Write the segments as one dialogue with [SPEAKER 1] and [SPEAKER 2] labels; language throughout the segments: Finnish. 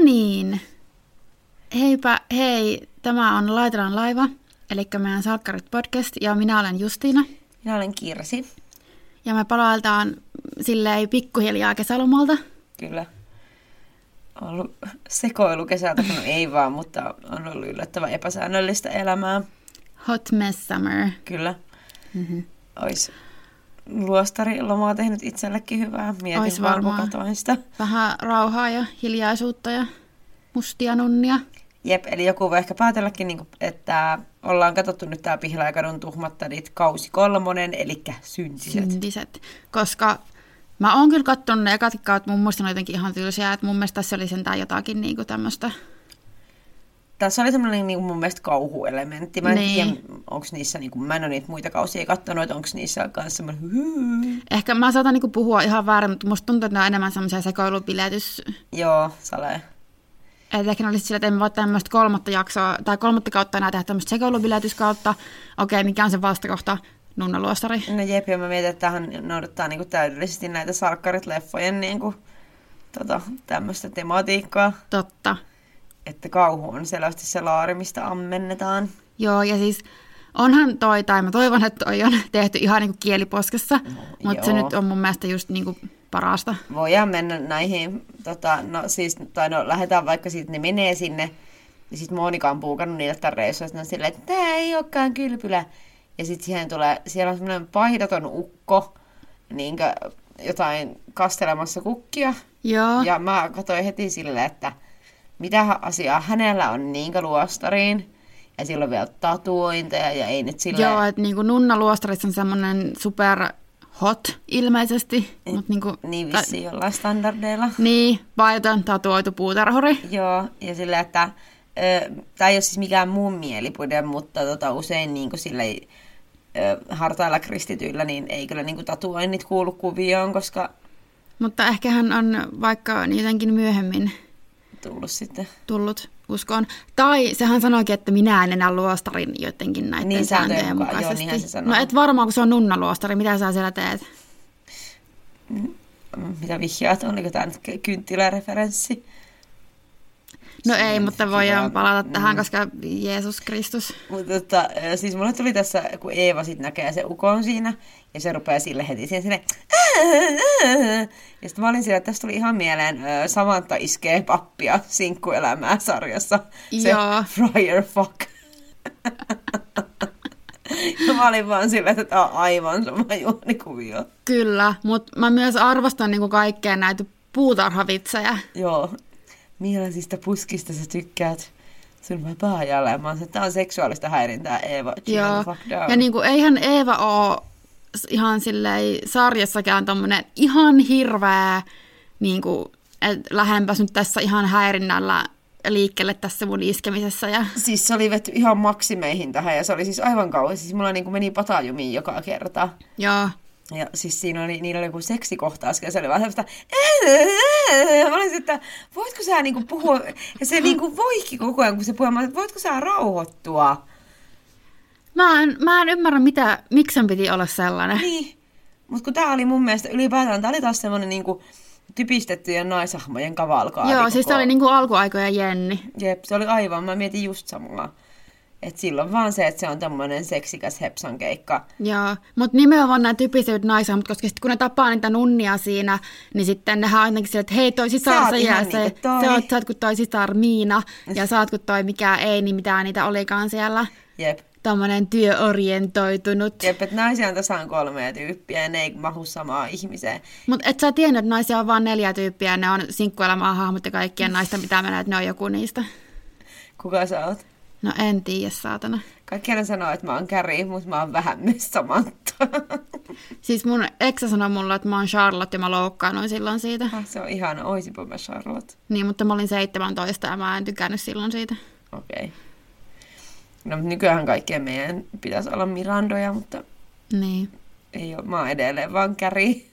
[SPEAKER 1] niin, heipä hei, tämä on Laitelan laiva, eli meidän Salkkarit podcast, ja minä olen Justiina.
[SPEAKER 2] Minä olen Kirsi.
[SPEAKER 1] Ja me palailtaan silleen pikkuhiljaa kesälomalta.
[SPEAKER 2] Kyllä. On ollut sekoilu kesältä, no ei vaan, mutta on ollut yllättävän epäsäännöllistä elämää.
[SPEAKER 1] Hot mess summer.
[SPEAKER 2] Kyllä. Mm-hmm. Olisi luostarilomaa tehnyt itsellekin hyvää. Mietin
[SPEAKER 1] Ois
[SPEAKER 2] Ois
[SPEAKER 1] varmaan.
[SPEAKER 2] katoin sitä.
[SPEAKER 1] Vähän rauhaa ja hiljaisuutta ja mustia nunnia.
[SPEAKER 2] Jep, eli joku voi ehkä päätelläkin, niin kuin, että ollaan katsottu nyt tämä Pihlajakadun tuhmat tädit kausi kolmonen, eli syntiset. Mm.
[SPEAKER 1] syntiset. Koska mä oon kyllä kattonut ne ekat kautta, mun mielestä ne on jotenkin ihan tylsiä, että mun mielestä tässä oli sentään jotakin niinku tämmöistä.
[SPEAKER 2] Tässä oli semmoinen niin kuin mun mielestä kauhuelementti. Mä en
[SPEAKER 1] Niin.
[SPEAKER 2] niin. tiedä, onko niissä, niin kuin, mä en ole niitä muita kausia katsonut, onko niissä myös semmoinen hyy.
[SPEAKER 1] Ehkä mä saatan niinku puhua ihan väärin, mutta musta tuntuu, että ne on enemmän semmoisia sekoilupiletys.
[SPEAKER 2] Joo, sale.
[SPEAKER 1] Että ehkä ne olisi sillä, että emme voi tämmöistä kolmatta jaksoa, tai kolmatta kautta enää tehdä tämmöistä sekoilupiletyskautta. Okei, mikä on se vastakohta? Nunna Luostari.
[SPEAKER 2] No jep, ja mä mietin, että tähän noudattaa niin kuin, täydellisesti näitä salkkarit-leffojen niin kuin, tota, tämmöistä tematiikkaa.
[SPEAKER 1] Totta.
[SPEAKER 2] Että kauhu on selvästi se laari, mistä ammennetaan.
[SPEAKER 1] Joo, ja siis onhan toi, tai mä toivon, että toi on tehty ihan niinku kieliposkessa, mutta se
[SPEAKER 2] joo.
[SPEAKER 1] nyt on mun mielestä just niinku parasta.
[SPEAKER 2] Voidaan mennä näihin, tota, no siis, tai no lähdetään vaikka siitä, ne menee sinne, ja sitten Monika on puukannut niille tämän reissuun, että ne on silleen, että tämä ei olekaan kylpylä. Ja sitten siihen tulee, siellä on semmoinen paihdaton ukko, niin jotain kastelemassa kukkia.
[SPEAKER 1] Joo.
[SPEAKER 2] Ja mä katsoin heti silleen, että mitä asiaa hänellä on niinkö luostariin. Ja silloin vielä tatuointeja ja ei nyt silleen.
[SPEAKER 1] Joo, että niinku Nunna Luostarissa on semmoinen super hot ilmeisesti, mutta niinku,
[SPEAKER 2] Niin vissiin jollain standardeilla.
[SPEAKER 1] niin, paiton tatuoitu puutarhuri.
[SPEAKER 2] Joo, ja sillä, että tämä ei ole siis mikään muun mielipide, mutta tota, usein niin kuin sille, ö, hartailla kristityillä niin ei kyllä niin kuin tatuoinnit kuulu kuvioon, koska
[SPEAKER 1] Mutta ehkä hän on vaikka jotenkin myöhemmin
[SPEAKER 2] tullut sitten.
[SPEAKER 1] tullut uskoon. Tai sehän sanoikin, että minä en enää luostarin jotenkin näiden
[SPEAKER 2] Niin, sääntöjen
[SPEAKER 1] sääntöjen
[SPEAKER 2] mukaan. Joo,
[SPEAKER 1] mukaisesti.
[SPEAKER 2] niinhän se sanoo.
[SPEAKER 1] no et varmaan, kun se on Nunna Luostari, mitä sä siellä teet?
[SPEAKER 2] Mm, Mitä vihjaat, oliko tämä nyt ky- kynttiläreferenssi?
[SPEAKER 1] No ei, mutta voidaan
[SPEAKER 2] Kyllä.
[SPEAKER 1] palata tähän, koska Jeesus Kristus.
[SPEAKER 2] Mutta tota, ö, siis mulle tuli tässä, kun Eeva sit näkee se ukon siinä, ja se rupeaa sille heti siihen sille, ja sitten mä olin sillä, että tässä tuli ihan mieleen ö, Samantha iskee pappia sinkkuelämää sarjassa. Se
[SPEAKER 1] Joo.
[SPEAKER 2] Friar Fuck. ja mä olin vaan sillä, että tää on aivan sama juonikuvio.
[SPEAKER 1] Kyllä, mutta mä myös arvostan niinku kaikkea näitä puutarhavitsejä.
[SPEAKER 2] Joo. Millaisista puskista sä tykkäät? Sun vapaa ja mä oon se, että tää on seksuaalista häirintää, Eeva. Chill the
[SPEAKER 1] Joo.
[SPEAKER 2] fuck down.
[SPEAKER 1] Ja niin kuin, eihän Eeva ole ihan silleen sarjassakaan tommonen ihan hirveä, niin kuin, et lähempäs nyt tässä ihan häirinnällä liikkeelle tässä mun iskemisessä. Ja,
[SPEAKER 2] Siis se oli vetty ihan maksimeihin tähän ja se oli siis aivan kauan. Siis mulla niin meni patajumiin joka kerta.
[SPEAKER 1] joo.
[SPEAKER 2] Ja siis siinä oli, niillä oli joku seksikohtaus ja se oli vaan sellaista, mä olin että voitko sä niinku puhua, ja se niinku voikki koko ajan, kun se puhui, mä olin, että voitko sä rauhoittua.
[SPEAKER 1] Mä en, mä en ymmärrä, mitä, miksi sen piti olla sellainen.
[SPEAKER 2] Niin. Mut kun tää oli mun mielestä ylipäätään, tää oli taas semmonen niinku typistettyjen naishahmojen kavalkaati.
[SPEAKER 1] Joo, siis se
[SPEAKER 2] koko-
[SPEAKER 1] oli niinku alkuaikoja Jenni.
[SPEAKER 2] Jep, se oli aivan, mä mietin just samaa. Et silloin vaan se, että se on tämmönen seksikäs hepsan keikka.
[SPEAKER 1] Joo, mutta nimenomaan nämä typiset naiset, mutta koska sit kun ne tapaa niitä nunnia siinä, niin sitten nehän on jotenkin sillä, että hei toi
[SPEAKER 2] Sä
[SPEAKER 1] sisar
[SPEAKER 2] oot
[SPEAKER 1] sä ja
[SPEAKER 2] ihan
[SPEAKER 1] se,
[SPEAKER 2] niinku toi.
[SPEAKER 1] sä oot, sä oot kuin toi sisar Miina ja sä oot kuin toi mikä ei, niin mitä niitä olikaan siellä.
[SPEAKER 2] Jep.
[SPEAKER 1] Tämmöinen työorientoitunut.
[SPEAKER 2] Jep, että naisia on tasan kolmea tyyppiä ja ne ei mahu samaan ihmiseen.
[SPEAKER 1] Mutta et sä tiennyt, että naisia on vain neljä tyyppiä ja ne on sinkkuelämää hahmot ja kaikkien naisten pitää mennä, että ne on joku niistä.
[SPEAKER 2] Kuka sä oot?
[SPEAKER 1] No en tiedä, saatana.
[SPEAKER 2] Kaikki aina sanoo, että mä oon Käri, mutta mä oon vähän myös Samantta.
[SPEAKER 1] Siis mun eksä sanoi mulle, että mä oon Charlotte ja mä loukkaannuin silloin siitä.
[SPEAKER 2] Se on ihana, oisipa mä Charlotte.
[SPEAKER 1] Niin, mutta mä olin 17 ja mä en tykännyt silloin siitä.
[SPEAKER 2] Okei. Okay. No mut nykyään kaikkien meidän pitäisi olla Mirandoja, mutta
[SPEAKER 1] Niin.
[SPEAKER 2] ei oo, mä oon edelleen vaan Käri.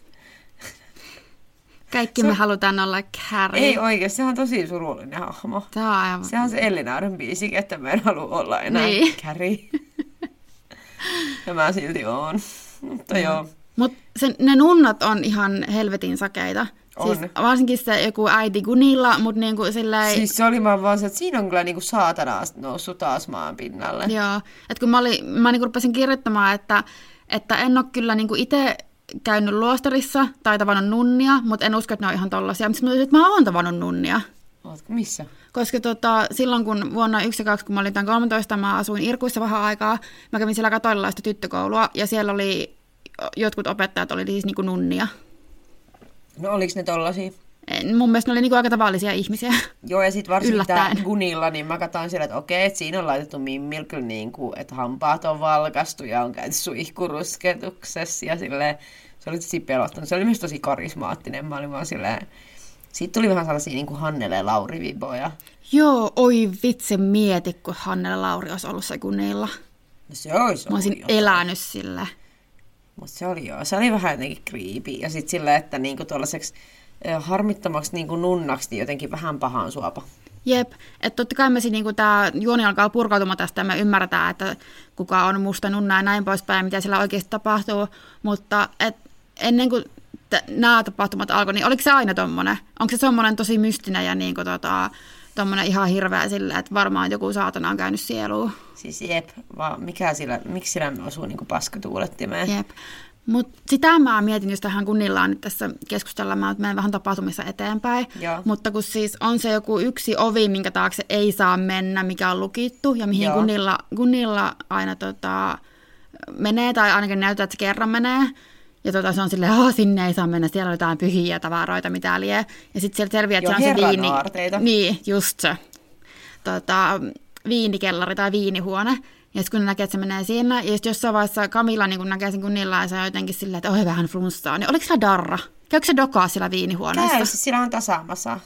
[SPEAKER 1] Kaikki me halutaan olla Carrie.
[SPEAKER 2] Ei oikeesti, se on tosi surullinen hahmo.
[SPEAKER 1] Tää on aivan...
[SPEAKER 2] Se on se Elinaaren biisi, että mä en halua olla enää
[SPEAKER 1] Niin.
[SPEAKER 2] Käri. ja mä silti oon. Mutta joo.
[SPEAKER 1] Mut se, ne nunnat on ihan helvetin sakeita.
[SPEAKER 2] On.
[SPEAKER 1] Siis varsinkin se joku äiti Gunilla, mutta niin kuin silleen...
[SPEAKER 2] Siis se oli mä vaan se, että siinä on kyllä niinku saatana noussut taas maan pinnalle.
[SPEAKER 1] Joo, että kun mä, olin, mä niinku rupesin kirjoittamaan, että, että en ole kyllä niinku itse käynyt luostarissa tai tavannut nunnia, mutta en usko, että ne on ihan tollasia. Mutta mä että mä oon tavannut nunnia.
[SPEAKER 2] Ootko missä?
[SPEAKER 1] Koska tota, silloin kun vuonna 1 ja 2, kun mä olin tämän 13, mä asuin Irkuissa vähän aikaa. Mä kävin siellä katolilaista tyttökoulua ja siellä oli jotkut opettajat oli siis niinku nunnia.
[SPEAKER 2] No oliks ne tollasia?
[SPEAKER 1] En- Mun mielestä ne oli niinku aika tavallisia ihmisiä.
[SPEAKER 2] Joo, ja sitten varsinkin tää
[SPEAKER 1] Yllättäen.
[SPEAKER 2] Gunilla, niin mä katsoin siellä, että okei, että siinä on laitettu mimmil kyllä niin kuin, että hampaat on valkastu ja on käyty suihkurusketuksessa ja silleen, se oli tosi pelottanut. Se oli myös tosi karismaattinen, mä olin vaan silleen, siitä tuli vähän sellaisia niin kuin Hannele ja Lauri viboja.
[SPEAKER 1] Joo, oi vitsi mieti, kun Hannele Lauri olisi ollut se kunnilla.
[SPEAKER 2] No se olisi
[SPEAKER 1] Mä olisin elänyt sille.
[SPEAKER 2] Mutta se oli joo, se oli vähän jotenkin creepy. Ja sitten sillä, että niinku tuollaiseksi ö, harmittomaksi niinku nunnaksi, niin jotenkin vähän pahaan suopa.
[SPEAKER 1] Jep, että totta kai me niinku tämä juoni alkaa purkautumaan tästä ja me ymmärretään, että kuka on musta nunna ja näin poispäin, mitä siellä oikeasti tapahtuu, mutta et ennen kuin nämä tapahtumat alkoi, niin oliko se aina tommonen? Onko se semmoinen tosi mystinen ja niinku tota, tommonen ihan hirveä sillä, että varmaan joku saatana on käynyt sieluun?
[SPEAKER 2] Siis jep, vaan mikä sillä, miksi sillä me osuu niinku paskatuulettimeen?
[SPEAKER 1] Jep. Mutta sitä mä mietin, jos tähän kunnillaan nyt tässä keskustella, mä menen vähän tapahtumissa eteenpäin.
[SPEAKER 2] Joo.
[SPEAKER 1] Mutta kun siis on se joku yksi ovi, minkä taakse ei saa mennä, mikä on lukittu ja mihin
[SPEAKER 2] Joo.
[SPEAKER 1] kunnilla, kunnilla aina tota, menee tai ainakin näyttää, että se kerran menee. Ja tota, se on silleen, että sinne ei saa mennä, siellä on jotain pyhiä tavaroita, mitä lie. Ja sitten sieltä selviää, että
[SPEAKER 2] Joo,
[SPEAKER 1] siellä on se
[SPEAKER 2] herran
[SPEAKER 1] viini.
[SPEAKER 2] aarteita.
[SPEAKER 1] Niin, just se. Tota, viinikellari tai viinihuone. Ja sitten kun ne näkee, että se menee siinä, ja sitten jossain vaiheessa Kamilla niin kun näkee sen kunnilla ja se on jotenkin silleen, että oi vähän flunssaa, niin oliko sillä darra? Käykö se dokaa siellä viinihuoneessa?
[SPEAKER 2] Käy, siis sillä on tasaamassa.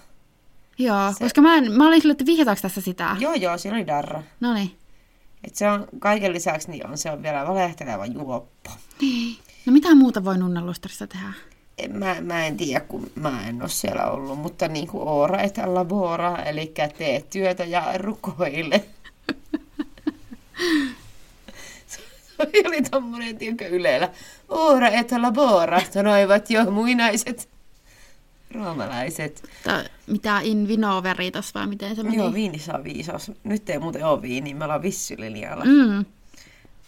[SPEAKER 1] Joo, se... koska mä, en, mä olin sillä, että vihjataanko tässä sitä?
[SPEAKER 2] Joo joo, sillä oli darra.
[SPEAKER 1] No niin.
[SPEAKER 2] Et se on kaiken lisäksi, niin on, se on vielä valehteleva juoppo.
[SPEAKER 1] No mitä muuta voi nunnaluostarissa tehdä?
[SPEAKER 2] En- Mä, mä en tiedä, kun mä en ole siellä ollut, mutta niin kuin ora et labora, eli tee työtä ja rukoile. Se oli tommonen, tiedätkö, yleellä. Ora et labora, sanoivat jo muinaiset roomalaiset.
[SPEAKER 1] Tai mitä in vino veritas vai miten se meni?
[SPEAKER 2] Joo, viinissä on viisaus. Nyt ei muuten ole viini, me ollaan vissylinjalla.
[SPEAKER 1] mm,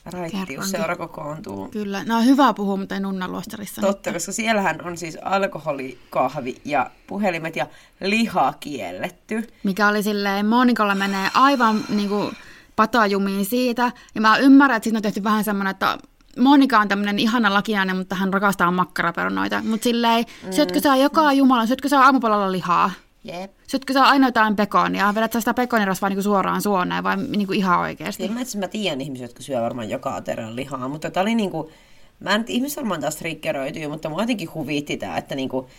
[SPEAKER 2] Raittius seura kokoontuu.
[SPEAKER 1] kyllä, no on hyvä puhua, mutta ei nunnaluostarissa.
[SPEAKER 2] Totta, koska siellähän on siis alkoholi, kahvi ja puhelimet ja liha kielletty.
[SPEAKER 1] mikä oli silleen, Monikolla menee aivan niin kuin, patajumiin siitä. Ja mä ymmärrän, että siitä on tehty vähän semmoinen, että Monika on tämmöinen ihana lakinainen, mutta hän rakastaa makkaraperunoita. Mutta silleen, mm. syötkö sä joka jumala, syötkö sä aamupalalla lihaa?
[SPEAKER 2] Jep.
[SPEAKER 1] Syötkö sä aina jotain pekonia? Vedät sä sitä pekonirasvaa niin suoraan suoneen vai niin kuin ihan oikeasti?
[SPEAKER 2] Kyllä mä, itse asiassa mä tiedän ihmisiä, jotka syö varmaan joka aterian lihaa, mutta tää oli niinku, mä en nyt ihmiset varmaan taas triggeröityy, mutta mua jotenkin huvitti tää, että niinku,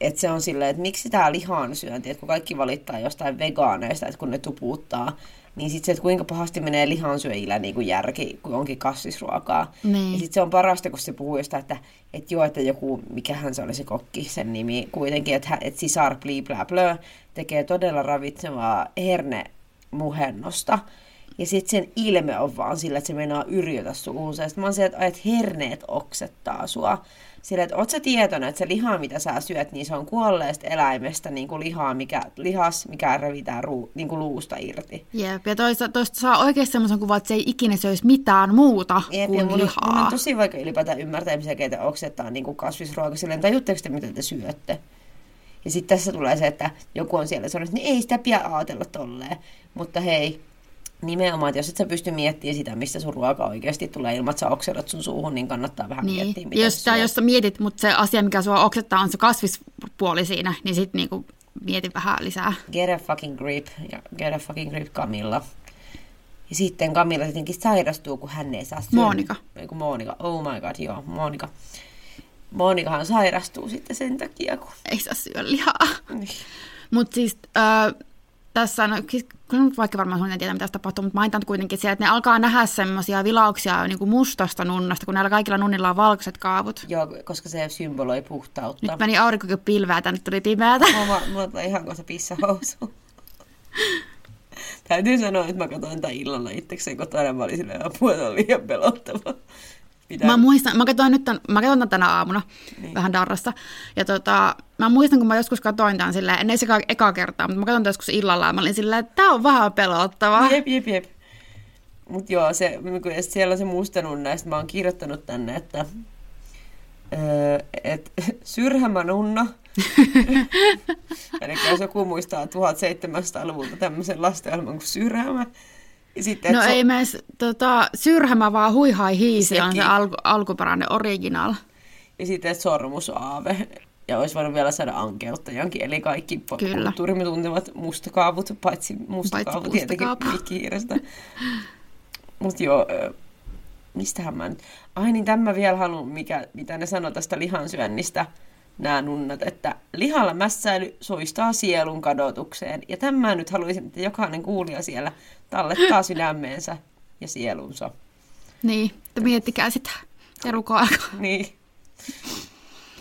[SPEAKER 2] että se on silleen, että miksi tää lihan syönti, että kun kaikki valittaa jostain vegaaneista, että kun ne tupuuttaa, niin sitten se, että kuinka pahasti menee lihansyöjillä niin kuin järki, kun onkin kassisruokaa.
[SPEAKER 1] Niin.
[SPEAKER 2] Ja sitten se on parasta, kun se puhuu jostain, että, että joo, että joku, mikähän se oli se kokki, sen nimi kuitenkin, että, hä- että sisar blii blää blö, tekee todella ravitsevaa hernemuhennosta. Ja sitten sen ilme on vaan sillä, että se meinaa yrjötä suuhunsa. Ja sit mä oon sillä, että, ai, että herneet oksettaa sua. Sillä, että oot sä tietoinen, että se liha, mitä sä syöt, niin se on kuolleesta eläimestä niin kuin lihaa, mikä, lihas, mikä revitään ruu, niin kuin luusta irti.
[SPEAKER 1] Jep, ja toista, toista saa oikeasti semmoisen kuvan, että se ei ikinä söisi mitään muuta
[SPEAKER 2] Jep, ja
[SPEAKER 1] kuin
[SPEAKER 2] mun, on-
[SPEAKER 1] lihaa.
[SPEAKER 2] mun on tosi vaikea ylipäätään ymmärtää ihmisiä, keitä oksettaa niin kuin kasvisruoka. Silleen, tajutteko te, mitä te syötte? Ja sitten tässä tulee se, että joku on siellä sanonut, että niin ei sitä pidä ajatella tolleen. Mutta hei, nimenomaan, että jos et sä pysty miettimään sitä, mistä sun ruoka oikeasti tulee ilman, että sä oksetat sun suuhun, niin kannattaa vähän
[SPEAKER 1] Niin.
[SPEAKER 2] miettiä, mitä
[SPEAKER 1] Ja Jos,
[SPEAKER 2] sä
[SPEAKER 1] sä,
[SPEAKER 2] syöt.
[SPEAKER 1] jos sä mietit, mutta se asia, mikä sua oksettaa, on se kasvispuoli siinä, niin sit niinku mieti vähän lisää.
[SPEAKER 2] Get a fucking grip ja get a fucking grip Camilla. Ja sitten Camilla tietenkin sairastuu, kun hän ei saa syödä.
[SPEAKER 1] Monika.
[SPEAKER 2] Ei, kun Monika. Oh my god, joo, Monika. Monikahan sairastuu sitten sen takia, kun... Niin.
[SPEAKER 1] Ei saa syödä lihaa. Mutta siis äh, tässä on, siis, kyllä nyt vaikka varmaan suunnilleen tietää, mitä tässä tapahtuu, mutta mainitaan nyt kuitenkin siellä, että ne alkaa nähdä semmoisia vilauksia niin kuin mustasta nunnasta, kun näillä kaikilla nunnilla on valkoiset kaavut.
[SPEAKER 2] Joo, koska se symboloi puhtautta.
[SPEAKER 1] Nyt meni aurinkokin pilveä, tänne tuli pimeätä.
[SPEAKER 2] Mulla, mulla tulee ihan kohta pissahousu. Täytyy sanoa, että mä katsoin tämän illalla itsekseen kotona, mä olin silleen, apua, tämä on liian pelottava. Pidän.
[SPEAKER 1] Mä muistan, mä katsoin nyt tämän, mä katsoin tän tänä aamuna niin. vähän darrassa. Ja tota, mä muistan, kun mä joskus katsoin tämän silleen, en se eka kertaa, mutta mä katsoin tämän joskus illalla ja mä olin silleen, että tää on vähän pelottava.
[SPEAKER 2] Jep, jep, jep. Mut joo, se, niinku, ja sit siellä on se mustanun näistä, mä oon kirjoittanut tänne, että öö, et, syrhämä nunna. Eli jos joku muistaa 1700-luvulta tämmöisen lastenohjelman kuin syrhämä. Ja sitten,
[SPEAKER 1] No
[SPEAKER 2] et se-
[SPEAKER 1] ei me edes, tota, syrhämä vaan huihai hiisi on se
[SPEAKER 2] Sekin.
[SPEAKER 1] alku, alkuperäinen original.
[SPEAKER 2] Ja sitten että sormusaave. Ja olisi voinut vielä saada ankeutta jonkin. Eli kaikki po-
[SPEAKER 1] Kyllä.
[SPEAKER 2] kulttuurimme tuntevat mustakaavut, paitsi mustakaavu
[SPEAKER 1] Paitsi
[SPEAKER 2] tietenkin
[SPEAKER 1] mustakaapu.
[SPEAKER 2] mikkihiirestä. Mutta joo, ö, mistähän mä nyt... Ai niin, tämän mä vielä haluan, mikä, mitä ne sanoo tästä lihansyönnistä, nämä nunnat, että lihalla mässäily soistaa sielun kadotukseen. Ja tämän mä nyt haluaisin, että jokainen kuulija siellä tallettaa sydämeensä ja sielunsa.
[SPEAKER 1] Niin, että miettikää sitä. Ja rukoilkaa.
[SPEAKER 2] Niin.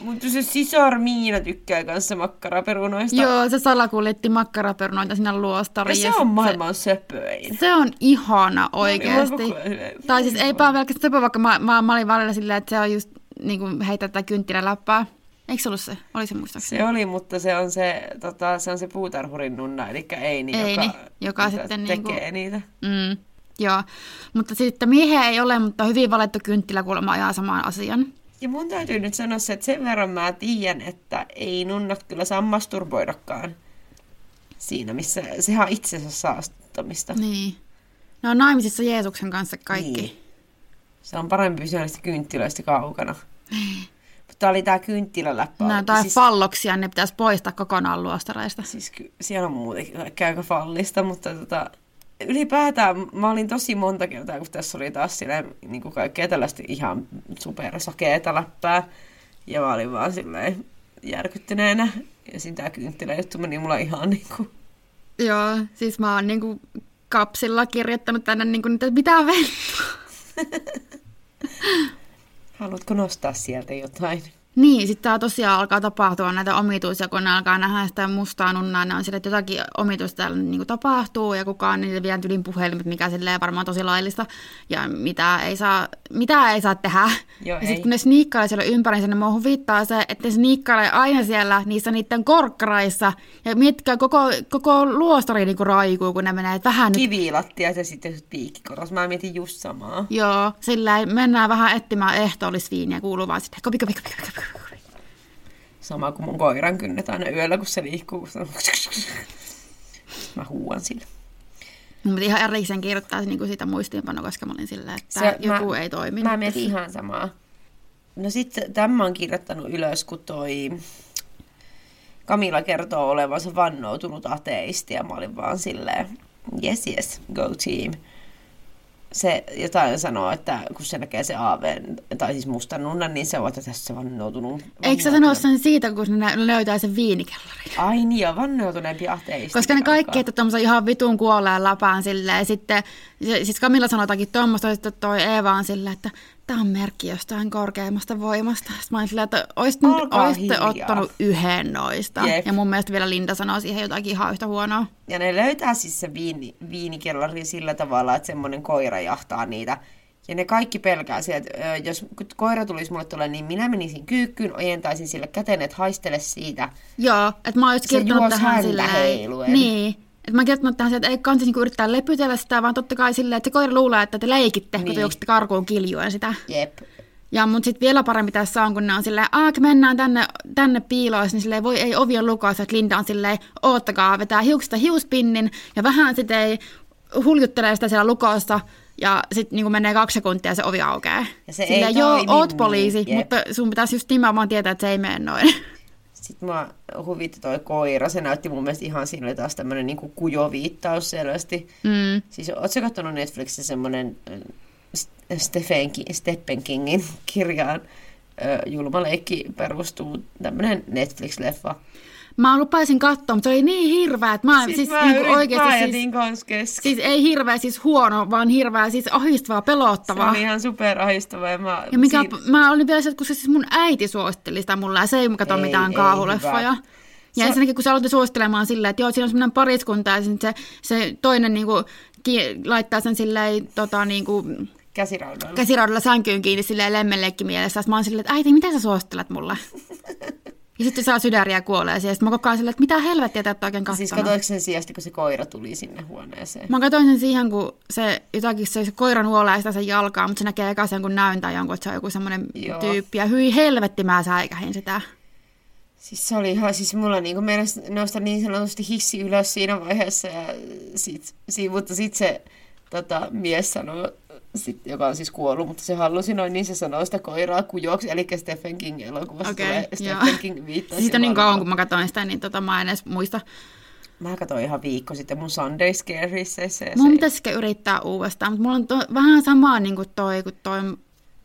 [SPEAKER 2] Mutta se sisar Miina tykkää kanssa makkaraperunoista.
[SPEAKER 1] Joo, se salakuljetti makkaraperunoita sinne
[SPEAKER 2] Ja
[SPEAKER 1] luostariin.
[SPEAKER 2] se
[SPEAKER 1] ja
[SPEAKER 2] on No, niin,
[SPEAKER 1] sit
[SPEAKER 2] maailman söpöin.
[SPEAKER 1] Se on ihana
[SPEAKER 2] Mä olin
[SPEAKER 1] oikeasti.
[SPEAKER 2] koko ajan silleen,
[SPEAKER 1] Tai siis ei pelkästään sepä, vaikka mä, mä, mä olin välillä silleen, että se on just niin kuin heittää tätä kynttiläläppää. Eikö se ollut se? Oli se muistaakseni?
[SPEAKER 2] Se oli, mutta se on se, tota, se, on se puutarhurin nunna, eli Eini,
[SPEAKER 1] Eini,
[SPEAKER 2] joka,
[SPEAKER 1] joka
[SPEAKER 2] mitä
[SPEAKER 1] sitten
[SPEAKER 2] tekee
[SPEAKER 1] niinku-
[SPEAKER 2] niitä.
[SPEAKER 1] Mm, joo. Mutta sitten miehiä ei ole, mutta hyvin valettu kynttilä kuulemma ajaa samaan asian.
[SPEAKER 2] Ja mun täytyy nyt sanoa se, että sen verran mä tiedän, että ei nunnat kyllä saa masturboidakaan siinä, missä sehän on itsensä saastuttamista.
[SPEAKER 1] Niin. Ne on naimisissa Jeesuksen kanssa kaikki.
[SPEAKER 2] Niin. Se on parempi pysyä näistä kynttilöistä kaukana. Mutta oli tää kynttiläläppä.
[SPEAKER 1] Nämä tai siis... falloksia, ne pitäisi poistaa kokonaan luostareista.
[SPEAKER 2] Siis ky- siellä on muutenkin kaikkea aika fallista, mutta tota, ylipäätään mä olin tosi monta kertaa, kun tässä oli taas silleen, niin kuin kaikkea tällaista ihan supersakeeta läppää. Ja mä olin vaan silleen järkyttyneenä. Ja sitten tää kynttilä juttu meni mulla ihan niin kuin...
[SPEAKER 1] Joo, siis mä oon niinku kapsilla kirjoittanut tänne niinku niitä, että mitä vettä.
[SPEAKER 2] Haluatko nostaa sieltä jotain?
[SPEAKER 1] Niin, sitten tää tosiaan alkaa tapahtua näitä omituisia, kun ne alkaa nähdä sitä mustaa nunnaa, ne on sillä, että jotakin omituista täällä niinku tapahtuu, ja kukaan niille vielä tylin puhelimet, mikä silleen varmaan tosi laillista, ja mitä ei saa, mitä ei saa tehdä.
[SPEAKER 2] Joo,
[SPEAKER 1] ja
[SPEAKER 2] ei.
[SPEAKER 1] sitten kun ne sniikkailee siellä ympäriinsä, niin mua huvittaa se, että ne sniikkailee aina siellä niissä niiden korkkaraissa, ja miettikää, koko, koko luostari niinku raikuu, kun ne menee, että vähän nyt
[SPEAKER 2] Kivilattiat ja sitten piikkikoros. Mä mietin just samaa.
[SPEAKER 1] Joo, sillä ei- mennään vähän etsimään ehtoollisviiniä, kuuluu vaan sitten kopi, kopi, kopi, kopi, kopi, kopi.
[SPEAKER 2] Sama kuin mun koiran kynnet aina yöllä, kun se liikkuu. Mä huuan sille.
[SPEAKER 1] Mutta ihan erikseen kirjoittaa se niinku siitä muistiinpano, koska mä olin silleen, että
[SPEAKER 2] Se-
[SPEAKER 1] joku ei toimi.
[SPEAKER 2] Mä mietin ihan samaa. No sitten tämän mä oon kirjoittanut ylös, kun toi Kamila kertoo olevansa vannoutunut ateisti ja mä olin vaan silleen, yes yes, go team. Se jotain sanoo, että kun se näkee se AV, tai siis mustan nunnan, niin se on, että tässä se vannoutunut.
[SPEAKER 1] Eikö sä sano sen siitä, kun ne nä- löytää sen viinikellarin?
[SPEAKER 2] Ai niin, ja vannoutuneempi ateisti.
[SPEAKER 1] Koska ne kaikki,
[SPEAKER 2] alkaa.
[SPEAKER 1] että tuommoisen ihan vitun kuoleen läpään silleen, sitten, se- siis Kamilla sanoi jotakin tuommoista, ja sitten toi Eeva on silleen, että tämä on merkki jostain korkeimmasta voimasta. Sitten mä olin silleen, että ois nyt,
[SPEAKER 2] Olkaa
[SPEAKER 1] oisitte
[SPEAKER 2] hiljaa.
[SPEAKER 1] ottanut yhden noista.
[SPEAKER 2] Jep.
[SPEAKER 1] Ja mun mielestä vielä Linda sanoi siihen jotakin ihan yhtä huonoa.
[SPEAKER 2] Ja ne löytää siis se viini, viinikellari sillä tavalla, että semmoinen koira jahtaa niitä. Ja ne kaikki pelkää sieltä, että ö, jos koira tulisi mulle tuolle, niin minä menisin kyykkyyn, ojentaisin sille käteen, että haistele siitä.
[SPEAKER 1] Joo, että mä oon just
[SPEAKER 2] Se
[SPEAKER 1] kirjoittanut
[SPEAKER 2] juosi
[SPEAKER 1] tähän
[SPEAKER 2] häntä
[SPEAKER 1] silleen.
[SPEAKER 2] heiluen.
[SPEAKER 1] Niin. Että mä oon kirjoittanut tähän silleen, että ei kansi niinku yrittää lepytellä sitä, vaan totta kai silleen, että se koira luulee, että te leikitte, niin. kun
[SPEAKER 2] Niin.
[SPEAKER 1] te juoksette karkuun kiljuen sitä.
[SPEAKER 2] Jep.
[SPEAKER 1] Ja mut sit vielä parempi tässä on, kun ne on silleen, aah, kun mennään tänne, tänne piilois, niin silleen voi ei ovien lukossa, että Linda on silleen, oottakaa, vetää hiuksista hiuspinnin ja vähän sitten ei huljuttelee sitä siellä lukossa. Ja sitten niin menee kaksi sekuntia ja se ovi aukeaa.
[SPEAKER 2] Ja se ei
[SPEAKER 1] Silleen, joo,
[SPEAKER 2] toimi
[SPEAKER 1] oot
[SPEAKER 2] niin,
[SPEAKER 1] poliisi,
[SPEAKER 2] jep.
[SPEAKER 1] mutta sun pitäisi just nimenomaan tietää, että se ei mene noin.
[SPEAKER 2] Sitten mä huvitti toi koira, se näytti mun mielestä ihan, siinä oli taas tämmöinen niin kujoviittaus selvästi.
[SPEAKER 1] Mm.
[SPEAKER 2] Siis ootko kattonut Netflixissä semmoinen Stephen, Ki- Stephen Kingin kirjaan ö, Julma leikki perustuu tämmöinen Netflix-leffa.
[SPEAKER 1] Mä lupaisin katsoa, mutta se oli niin hirveä, että mä, siis, siis mä niin
[SPEAKER 2] yritin- mä
[SPEAKER 1] oikeasti siis,
[SPEAKER 2] jätin kanssa kesken.
[SPEAKER 1] siis, ei hirveä siis huono, vaan hirveä siis ahistavaa,
[SPEAKER 2] Se
[SPEAKER 1] pelottavaa.
[SPEAKER 2] oli siis- ihan superahistava. Ja, mä,
[SPEAKER 1] Ja mikä,
[SPEAKER 2] siinä-
[SPEAKER 1] mä olin vielä se, että kun se siis mun äiti suositteli sitä mulle, ja se ei kato
[SPEAKER 2] Ei,
[SPEAKER 1] mitään
[SPEAKER 2] ei,
[SPEAKER 1] kauhuleffoja.
[SPEAKER 2] hyvä.
[SPEAKER 1] Ja
[SPEAKER 2] Se-
[SPEAKER 1] ensinnäkin, kun se aloitti suosittelemaan silleen, että joo, siinä on semmoinen pariskunta, ja sitten se, se toinen niinku, ki- laittaa sen silleen, tota, niinku,
[SPEAKER 2] Käsiraudoilla.
[SPEAKER 1] käsiraudulla sänkyyn kiinni silleen lemmeleikki mielessä. Sitten mä oon silleen, että äiti, mitä sä suosittelet mulle? ja sitten saa sydäriä ja kuolee siihen. Sitten mä koko ajan silleen, että mitä helvettiä te ootte oikein
[SPEAKER 2] Siis
[SPEAKER 1] kattonut.
[SPEAKER 2] katsoitko sen sijasta, kun se koira tuli sinne huoneeseen?
[SPEAKER 1] Mä katsoin sen siihen, kun se jotakin se, se koiran huolee sitä sen jalkaa, mutta se näkee eka sen, kun näyntää jonkun, että se on joku semmoinen
[SPEAKER 2] Joo.
[SPEAKER 1] tyyppi. Ja hyi helvetti, mä säikähin sitä.
[SPEAKER 2] Siis se oli ihan, siis mulla niinku meinas nousta niin sanotusti hissi ylös siinä vaiheessa ja sit, si, mutta sit se tota, mies sanoi, sit, joka on siis kuollut, mutta se hallusi noin, niin se sanoi sitä koiraa kujoksi, eli Stephen King elokuvassa
[SPEAKER 1] Okei,
[SPEAKER 2] okay, tulee
[SPEAKER 1] joo.
[SPEAKER 2] Stephen King viittasi.
[SPEAKER 1] Siitä on niin kauan, kun
[SPEAKER 2] varmaan.
[SPEAKER 1] mä katsoin sitä, niin tota, mä en edes muista.
[SPEAKER 2] Mä katsoin ihan viikko sitten mun Sunday Scareissa. Se, se,
[SPEAKER 1] Mun pitäisi ehkä yrittää uudestaan, mutta mulla on to, vähän samaa niin kuin toi, kuin toi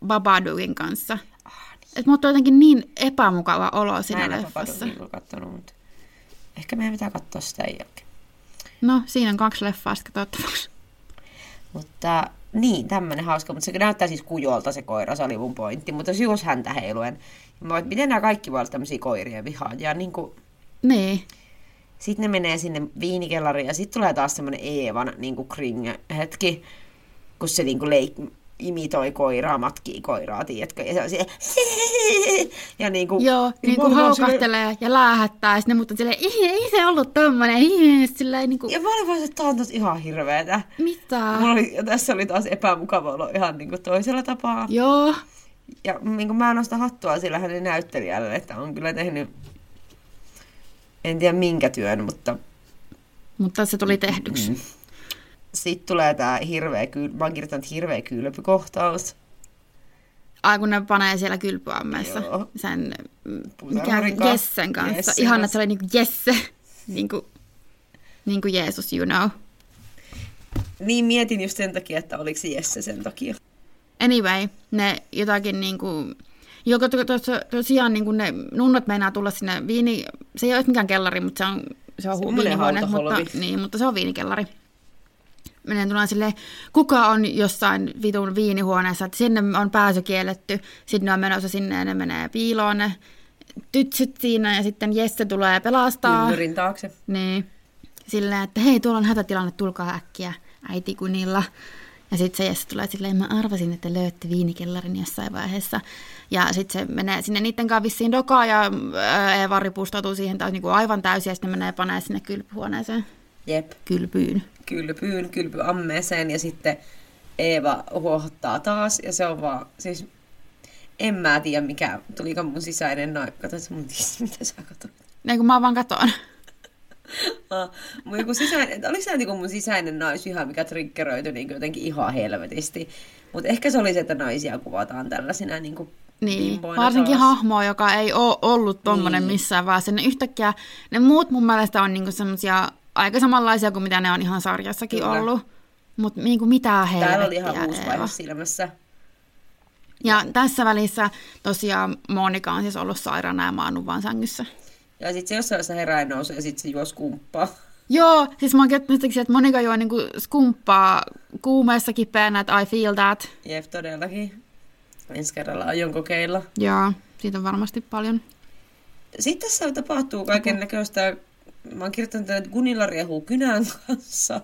[SPEAKER 1] Babadugin kanssa.
[SPEAKER 2] Ah, niin.
[SPEAKER 1] Että mulla on jotenkin niin epämukava olo
[SPEAKER 2] Mä
[SPEAKER 1] siinä
[SPEAKER 2] en ole
[SPEAKER 1] leffassa.
[SPEAKER 2] Papadokinkua kattonut, mutta ehkä meidän pitää katsoa sitä jälkeen.
[SPEAKER 1] No, siinä on kaksi leffaa sitten katsottavaksi.
[SPEAKER 2] Mutta niin, tämmöinen hauska, mutta se näyttää siis kujolta se koira, se oli mun pointti, mutta se just häntä heiluen. Ja Mä oon, että miten nämä kaikki voi olla tämmöisiä koirien vihaajia, niin kuin,
[SPEAKER 1] Niin.
[SPEAKER 2] sitten ne menee sinne viinikellariin ja sitten tulee taas semmoinen Eevan niin kuin kring hetki, kun se niin kuin leik, imitoi koiraa, matkii koiraa, tiedätkö, ja se on se, ja niin kuin,
[SPEAKER 1] Joo, niin kuin haukahtelee ja läähättää, ja sitten ne muut on silleen, "Ih, ei se ollut tommonen, ih", sit silleen niin kuin,
[SPEAKER 2] Ja mä olin vaan, se, että tää on tos ihan hirveetä.
[SPEAKER 1] mitä?
[SPEAKER 2] Mulla oli, ja tässä oli taas epämukava olo ihan niin kuin toisella tapaa.
[SPEAKER 1] Joo,
[SPEAKER 2] Ja niin kuin mä nostan hattua sillä hänen näyttelijälle, että on kyllä tehnyt, en tiedä minkä työn, mutta
[SPEAKER 1] mutta se tuli tehdyksi.
[SPEAKER 2] mm. sitten tulee tämä hirveä, kyl, mä oon kirjoittanut hirveä kylpykohtaus.
[SPEAKER 1] Ai kun ne panee siellä kylpyammeessa
[SPEAKER 2] Joo.
[SPEAKER 1] sen, mm, mikä
[SPEAKER 2] Puutarhurin kanssa.
[SPEAKER 1] Jessen kanssa.
[SPEAKER 2] Jessen
[SPEAKER 1] Ihan,
[SPEAKER 2] kanssa.
[SPEAKER 1] että se oli niin kuin Jesse, niin kuin, niin kuin Jeesus, you know.
[SPEAKER 2] Niin mietin just sen takia, että oliko se Jesse sen takia.
[SPEAKER 1] Anyway, ne jotakin niinku... Joko to, to, to, tosiaan niinku ne nunnat meinaa tulla sinne viini... Se ei ole mikään kellari, mutta se on, se on hu-
[SPEAKER 2] Semmoinen
[SPEAKER 1] viinihuone. Mutta,
[SPEAKER 2] hautaholvi.
[SPEAKER 1] niin, mutta se on viinikellari. Menee tulee silleen, kuka on jossain vitun viinihuoneessa, että sinne on pääsy kielletty, sitten ne on menossa sinne ja ne menee piiloon ne tytsyt siinä ja sitten Jesse tulee pelastaa.
[SPEAKER 2] Ympärin taakse.
[SPEAKER 1] Niin. Silleen, että hei, tuolla on hätätilanne, tulkaa äkkiä äitikunilla. Ja sitten se Jesse tulee silleen, mä arvasin, että löydätte viinikellarin jossain vaiheessa. Ja sitten se menee sinne niiden kanssa vissiin dokaan ja ää, Eeva ripustautuu siihen taas niinku aivan täysin ja sitten ne menee panee sinne kylpyhuoneeseen.
[SPEAKER 2] Jep.
[SPEAKER 1] Kylpyyn.
[SPEAKER 2] Kylpyyn, kylpyammeeseen ja sitten Eeva huohottaa taas ja se on vaan, siis en mä tiedä mikä, tuliko mun sisäinen noin, kato se mun tissi, mitä sä katsoit.
[SPEAKER 1] Niin kun mä vaan katon.
[SPEAKER 2] Ah, mun joku sisäinen, oliko se niinku mun sisäinen naisviha, mikä triggeröity niinku jotenkin ihan helvetisti. Mutta ehkä se oli se, että naisia kuvataan tällaisina niinku
[SPEAKER 1] Niin,
[SPEAKER 2] bimboina
[SPEAKER 1] varsinkin
[SPEAKER 2] taas.
[SPEAKER 1] hahmoa, joka ei ole ollut tommonen
[SPEAKER 2] Niin.
[SPEAKER 1] niin. missään vaiheessa. Ne yhtäkkiä, ne muut mun mielestä on niinku semmosia aika samanlaisia kuin mitä ne on ihan sarjassakin
[SPEAKER 2] Kyllä.
[SPEAKER 1] Kyllä. ollut. Mutta niinku mitään helvettiä.
[SPEAKER 2] Täällä oli ihan uusi
[SPEAKER 1] Eeva.
[SPEAKER 2] vaihe silmässä.
[SPEAKER 1] Ja tässä välissä tosiaan Monika on siis ollut sairaana ja maannut vaan sängyssä.
[SPEAKER 2] Ja sitten se jossain vaiheessa herää ja nousee ja sitten se juos kumppaa.
[SPEAKER 1] Joo, siis mä oon kertonut siksi, että Monika juo niinku skumppaa kuumeessa kipeänä, että I feel that.
[SPEAKER 2] Jep, todellakin. Ensi kerralla aion kokeilla.
[SPEAKER 1] Joo, siitä on varmasti paljon.
[SPEAKER 2] Sitten tässä tapahtuu kaiken näköistä. Mä oon kirjoittanut tänne, että Gunilla riehuu kynän kanssa.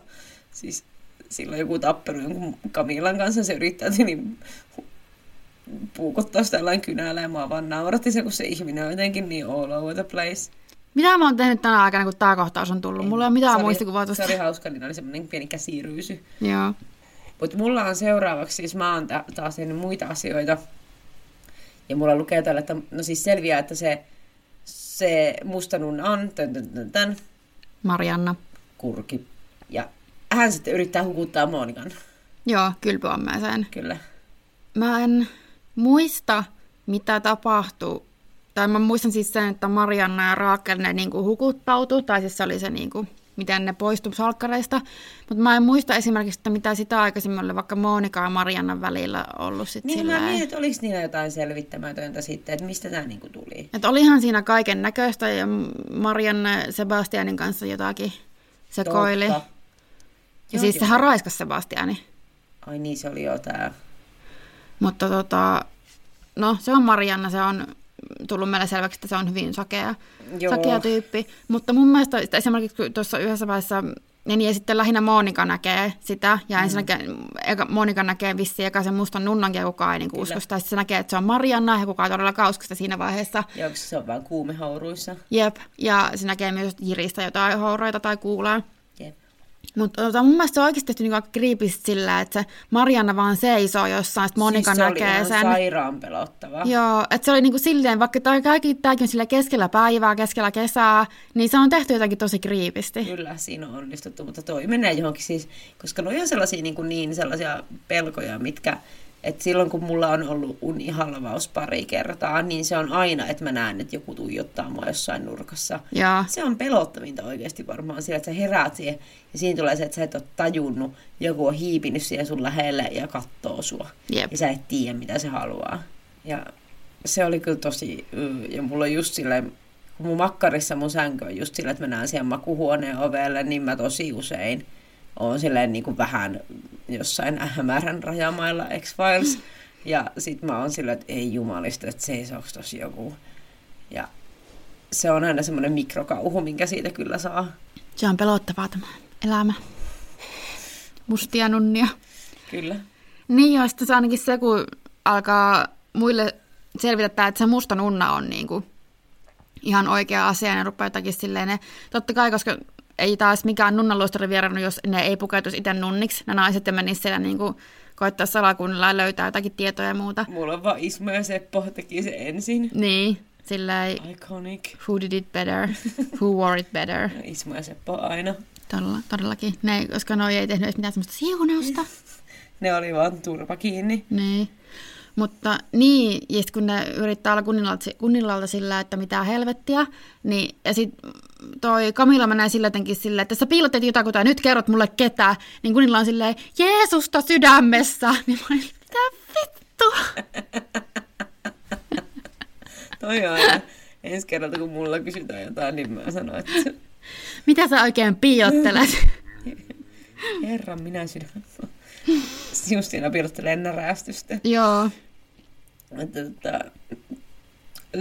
[SPEAKER 2] Siis sillä on joku tappelu jonkun Kamilan kanssa. Se yrittää niin puukottaa sitä jollain kynällä ja mua vaan nauratti se, kun se ihminen on jotenkin niin all over the place.
[SPEAKER 1] Mitä mä oon tehnyt tänä aikana, kun tää kohtaus on tullut? No, Mulla ei ole
[SPEAKER 2] Se
[SPEAKER 1] mitään
[SPEAKER 2] oli-
[SPEAKER 1] muistikuvaa
[SPEAKER 2] Se
[SPEAKER 1] tuosta.
[SPEAKER 2] oli hauska, niin oli semmoinen pieni käsiryysy.
[SPEAKER 1] Joo.
[SPEAKER 2] Mutta mulla on seuraavaksi, siis mä oon ta- taas tehnyt muita asioita. Ja mulla lukee täällä, että no siis selviää, että se, se mustanunna on tön, tön, tön, tön,
[SPEAKER 1] Marianna.
[SPEAKER 2] kurki. Ja hän sitten yrittää hukuttaa Monikan,
[SPEAKER 1] Joo, kylpyammeeseen.
[SPEAKER 2] kyllä.
[SPEAKER 1] Mä en muista, mitä tapahtui. Tai mä muistan siis sen, että Marianna ja Raakel ne niinku hukuttautui, tai siis se oli se niinku, miten ne poistui salkkareista. Mutta mä en muista esimerkiksi, että mitä sitä aikaisemmin oli vaikka Monika ja Mariannan välillä ollut sit
[SPEAKER 2] Niin mä
[SPEAKER 1] silleen.
[SPEAKER 2] mietin, että oliko niillä jotain selvittämätöntä sitten, että mistä tämä niinku tuli.
[SPEAKER 1] Et olihan siinä kaiken näköistä ja Marianna ja Sebastianin kanssa jotakin sekoili. Ja
[SPEAKER 2] Totta. Joo,
[SPEAKER 1] siis
[SPEAKER 2] joo.
[SPEAKER 1] sehän raiskas Sebastiani.
[SPEAKER 2] Ai niin, se oli jo tää.
[SPEAKER 1] Mutta tota, no se on Marianna, se on tullut meille selväksi, että se on hyvin sakea,
[SPEAKER 2] Joo.
[SPEAKER 1] sakea tyyppi. Mutta mun mielestä sitä esimerkiksi kun tuossa yhdessä vaiheessa niin, ja sitten lähinnä Monika näkee sitä,
[SPEAKER 2] Mm.
[SPEAKER 1] ja ensinnäkin eka, Monika näkee vissiin eka sen mustan nunnankin, ja kukaan ei niin
[SPEAKER 2] Kyllä.
[SPEAKER 1] usko sitä. Sitten se näkee, että se on Marianna, ja kukaan ei todellakaan usko sitä siinä vaiheessa.
[SPEAKER 2] Ja onko se on vaan kuumehouruissa?
[SPEAKER 1] Jep, ja se näkee myös että Jiristä jotain houroita tai kuulee.
[SPEAKER 2] Jep.
[SPEAKER 1] Mutta tota, mun mielestä se on oikeasti tehty niinku aika kriipistä sillä, että se Marianna vaan seisoo jossain, sitten Monika
[SPEAKER 2] siis se oli
[SPEAKER 1] näkee
[SPEAKER 2] ihan
[SPEAKER 1] sen.
[SPEAKER 2] sairaan pelottava.
[SPEAKER 1] Joo, että se oli niinku silleen, vaikka tämä kaikki tämäkin on sillä keskellä päivää, keskellä kesää, niin se on tehty jotenkin tosi kriipisti.
[SPEAKER 2] Kyllä, siinä on onnistuttu, mutta toi menee johonkin siis, koska noi on sellaisia niin, kuin niin sellaisia pelkoja, mitkä, että silloin kun mulla on ollut unihalvaus pari kertaa, niin se on aina, että mä näen, että joku tuijottaa mua jossain nurkassa.
[SPEAKER 1] Joo,
[SPEAKER 2] Se on pelottavinta oikeasti varmaan sillä, että sä heräät siihen ja siinä tulee se, että sä et ole tajunnut, joku on hiipinyt siihen sun lähelle ja kattoo sua.
[SPEAKER 1] jep.
[SPEAKER 2] Ja sä et tiedä, mitä se haluaa. Ja se oli kyllä tosi, mm, ja mulla on just silleen, kun mun makkarissa mun sänky on just sillä, että mä näen siellä makuhuoneen ovelle, niin mä tosi usein oon silleen niin kuin vähän jossain hämärän rajamailla X-Files. Ja sit mä oon silleen, että ei jumalista, että seisooks tosi joku. Ja se on aina semmoinen mikrokauhu, minkä siitä kyllä saa.
[SPEAKER 1] Se on pelottavaa tämä elämä. Mustia nunnia.
[SPEAKER 2] Kyllä.
[SPEAKER 1] Niin joo, sitten se ainakin se, kun alkaa muille selvitetään, että se musta nunna on niin kuin ihan oikea asia, ja ne rupeaa jotakin silleen, ne, totta kai, koska ei taas mikään nunnaluostari vierannut, jos ne ei pukeutuisi itse nunniksi, ne naiset ja menisi siellä niin kuin koittaa salakunnilla ja löytää jotakin tietoja ja muuta.
[SPEAKER 2] Mulla on vaan Ismo ja Seppo teki se ensin.
[SPEAKER 1] Niin, silleen,
[SPEAKER 2] Iconic.
[SPEAKER 1] who did it better, who wore it better.
[SPEAKER 2] No, Ismo ja Seppo aina.
[SPEAKER 1] Todella, todellakin, ne, ei- koska noi ei tehnyt edes mitään semmoista siunausta.
[SPEAKER 2] Ne oli vaan turpa kiinni.
[SPEAKER 1] Niin. Mutta niin, ja sit kun ne yrittää olla kunnillalta, kunnillalta sillä, että mitä helvettiä, niin ja sit toi Kamilla menee sillä jotenkin sillä, että sä piilotet jotakuta ja nyt kerrot mulle ketä, niin kunnilla on silleen, Jeesusta sydämessä, niin mä olin, mitä vittua?
[SPEAKER 2] Toi on aina. Ensi kerralta, kun mulla kysytään jotain, niin mä sanon, että
[SPEAKER 1] Mitä sä oikein piiottelet?
[SPEAKER 2] herran minä sydämessä. Just siinä piirtelee närästystä.
[SPEAKER 1] Joo,
[SPEAKER 2] Että tota-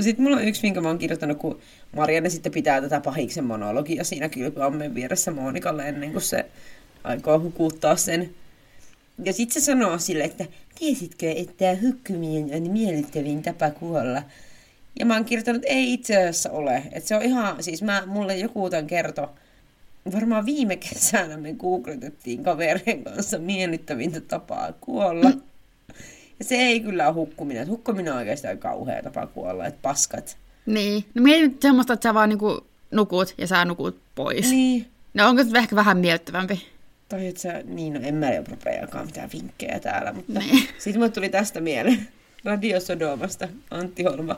[SPEAKER 2] Sitten mulla on yksi, minkä mä oon kirjoittanut, kun Marianne sitten pitää tätä pahiksen monologia siinä kylpyammen vieressä Monikalle ennen kuin se aikoo hukuttaa sen. Ja sitten se sanoo sille, että tiesitkö, että hykkyminen on miellyttävin tapa kuolla. Ja mä oon kirjoittanut, että ei itse asiassa ole. Että se on ihan, siis mä, mulle joku tämän kertoi, varmaan viime kesänä me googletettiin kaverien kanssa miellyttävintä tapaa kuolla. Ja se ei kyllä ole hukkuminen. Et Hukkuminen on oikeastaan kauhea tapa kuolla, että paskat.
[SPEAKER 1] niin. No mieti nyt semmoista, että sä vaan niinku nukut ja sä nukut pois. Niin.
[SPEAKER 2] Niin.
[SPEAKER 1] No onko se ehkä vähän miellyttävämpi?
[SPEAKER 2] Tai että sä, niin no en mä jopa jakaa mitään vinkkejä täällä, mutta
[SPEAKER 1] Niin.
[SPEAKER 2] sitten mulle tuli tästä mieleen. Radio Sodomasta, Antti Holma.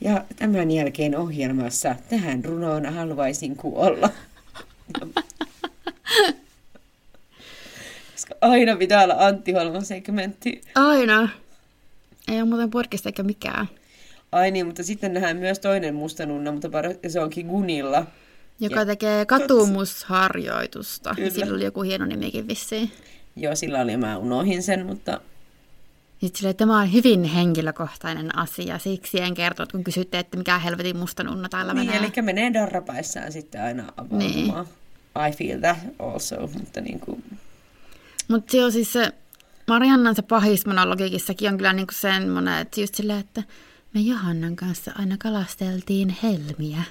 [SPEAKER 2] Ja tämän jälkeen ohjelmassa tähän runoon haluaisin kuolla. Koska aina pitää olla Antti Holman segmentti.
[SPEAKER 1] Aina. Ei ole muuten podcast eikä mikään.
[SPEAKER 2] Ai niin, mutta sitten nähdään myös toinen mustanunna, mutta par- se onkin Gunilla.
[SPEAKER 1] Joka
[SPEAKER 2] Ja-
[SPEAKER 1] ja tekee katumusharjoitusta.
[SPEAKER 2] Kyllä.
[SPEAKER 1] Kyllä. Sillä oli joku hieno nimikin vissiin.
[SPEAKER 2] Joo, sillä oli, mä unohin sen, mutta
[SPEAKER 1] Sitten silleen, tämä on hyvin henkilökohtainen asia, siksi en kertonut, kun kysytte, että mikä helvetin musta nunna täällä
[SPEAKER 2] Niin,
[SPEAKER 1] menee.
[SPEAKER 2] eli menee darrapäissään sitten aina avautumaan. Niin. I feel that also, mutta niin kuin,
[SPEAKER 1] Mutta se on siis se, Mariannan se pahis monologikissakin on kyllä niinku semmoinen, että just silleen, että me Johannan kanssa aina kalasteltiin helmiä.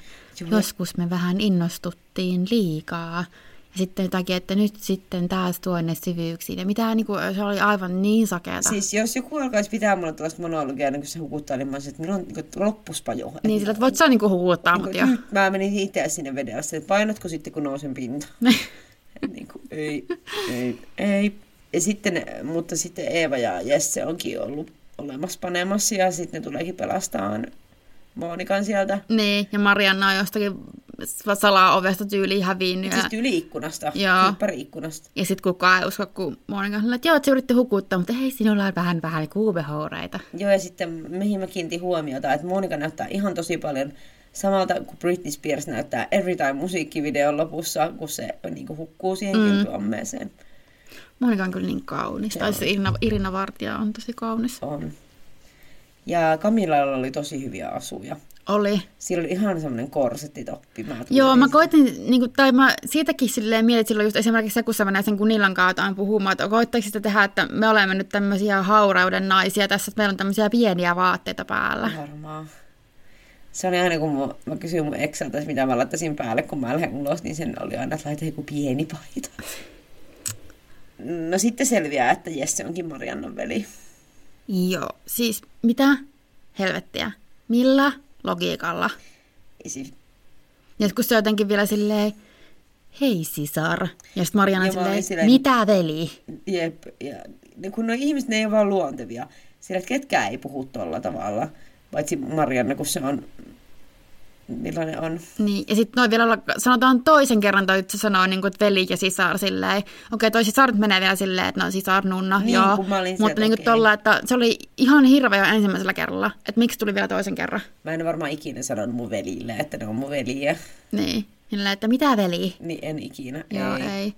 [SPEAKER 2] Joo.
[SPEAKER 1] Joskus me vähän innostuttiin liikaa. Ja sitten jotakin, että nyt sitten taas tuonne syvyyksiin. Ja mitä niinku, se oli aivan niin sakeata.
[SPEAKER 2] siis jos joku alkaisi pitää mulle tällaista monologiaa, niin kun se hukuttaa, niin mä olisin, että milloin niin loppuspa jo.
[SPEAKER 1] Niin, sillä, että voit sä niinku huutaa,
[SPEAKER 2] niin
[SPEAKER 1] mutta joo.
[SPEAKER 2] kuin, nyt mä menin itse sinne vedellä, että painotko sitten, kun nousen pintaan. Et niin kuin, ei, ei, ei. Ja sitten, mutta sitten Eeva ja Jesse onkin ollut olemassa panemassa ja sitten ne tuleekin pelastamaan Monikan sieltä.
[SPEAKER 1] Niin, ja Marianna on jostakin salaovesta tyyliin hävinnyt.
[SPEAKER 2] Siis
[SPEAKER 1] Ja,
[SPEAKER 2] tyyli-ikkunasta,
[SPEAKER 1] Joo.
[SPEAKER 2] kyppäri-ikkunasta.
[SPEAKER 1] ja sitten kukaan ei usko, kun Monika sanoi, että joo, että se yritti hukuttaa, mutta hei, sinulla on vähän vähän kuubehoureita.
[SPEAKER 2] Joo, ja sitten mihin mä kiinnitin huomiota, että Monika näyttää ihan tosi paljon samalta kuin Britney Spears näyttää Every Time-musiikkivideon lopussa, kun se niin kuin hukkuu siihen mm. kylpyammeeseen.
[SPEAKER 1] Monika on kyllä niin kaunis. Tai se Irina, Irina Vartija on tosi kaunis.
[SPEAKER 2] On. Ja Kamilalla oli tosi hyviä asuja.
[SPEAKER 1] Oli.
[SPEAKER 2] Sillä oli ihan semmoinen korsettitoppi. Mä tulin.
[SPEAKER 1] Joo, mä koitin, niin kuin, tai mä siitäkin silleen mietin silloin just esimerkiksi se, kun sä menen sen Kunilan kaataan puhumaan, että koittaako sitä tehdä, että me olemme nyt tämmöisiä haurauden naisia tässä, että meillä on tämmöisiä pieniä vaatteita päällä.
[SPEAKER 2] Varmaan. Se oli aina, kun mä, mä kysyin mun Exceltä, mitä mä laittaisin päälle, kun mä lähden ulos, niin sen oli aina, että laita joku pieni paita. No sitten selviää, että Jesse onkin Mariannan veli.
[SPEAKER 1] Joo, siis mitä helvettiä? Millä logiikalla?
[SPEAKER 2] Siis,
[SPEAKER 1] Ja sit kun se on jotenkin vielä silleen, hei sisar. Ja sitten Mariana
[SPEAKER 2] Joo, mä
[SPEAKER 1] silleen,
[SPEAKER 2] olin silleen-
[SPEAKER 1] silleen, mitä veli?
[SPEAKER 2] jep, ja, niin kun no ihmiset, ne ei ole vaan luontevia. Sillä, että ketkään ei puhu tuolla tavalla. Paitsi Marianna, kun se on, millainen on.
[SPEAKER 1] Niin, ja sitten noin vielä olla- sanotaan toisen kerran, toi se sanoo niin kuin, että veli ja sisar silleen. Okei, toi sisar nyt menee vielä silleen, että no sisar, nunna,
[SPEAKER 2] Niin,
[SPEAKER 1] joo.
[SPEAKER 2] kun mä olin se,
[SPEAKER 1] Mutta
[SPEAKER 2] että
[SPEAKER 1] niin
[SPEAKER 2] okei.
[SPEAKER 1] kuin tolla, että se oli ihan hirveä jo ensimmäisellä kerralla. Että miksi tuli vielä toisen kerran?
[SPEAKER 2] Mä en varmaan ikinä sanonut mun velille, että ne on mun veliä.
[SPEAKER 1] Niin, silleen, että mitä veli?
[SPEAKER 2] Niin en ikinä.
[SPEAKER 1] Joo, ei.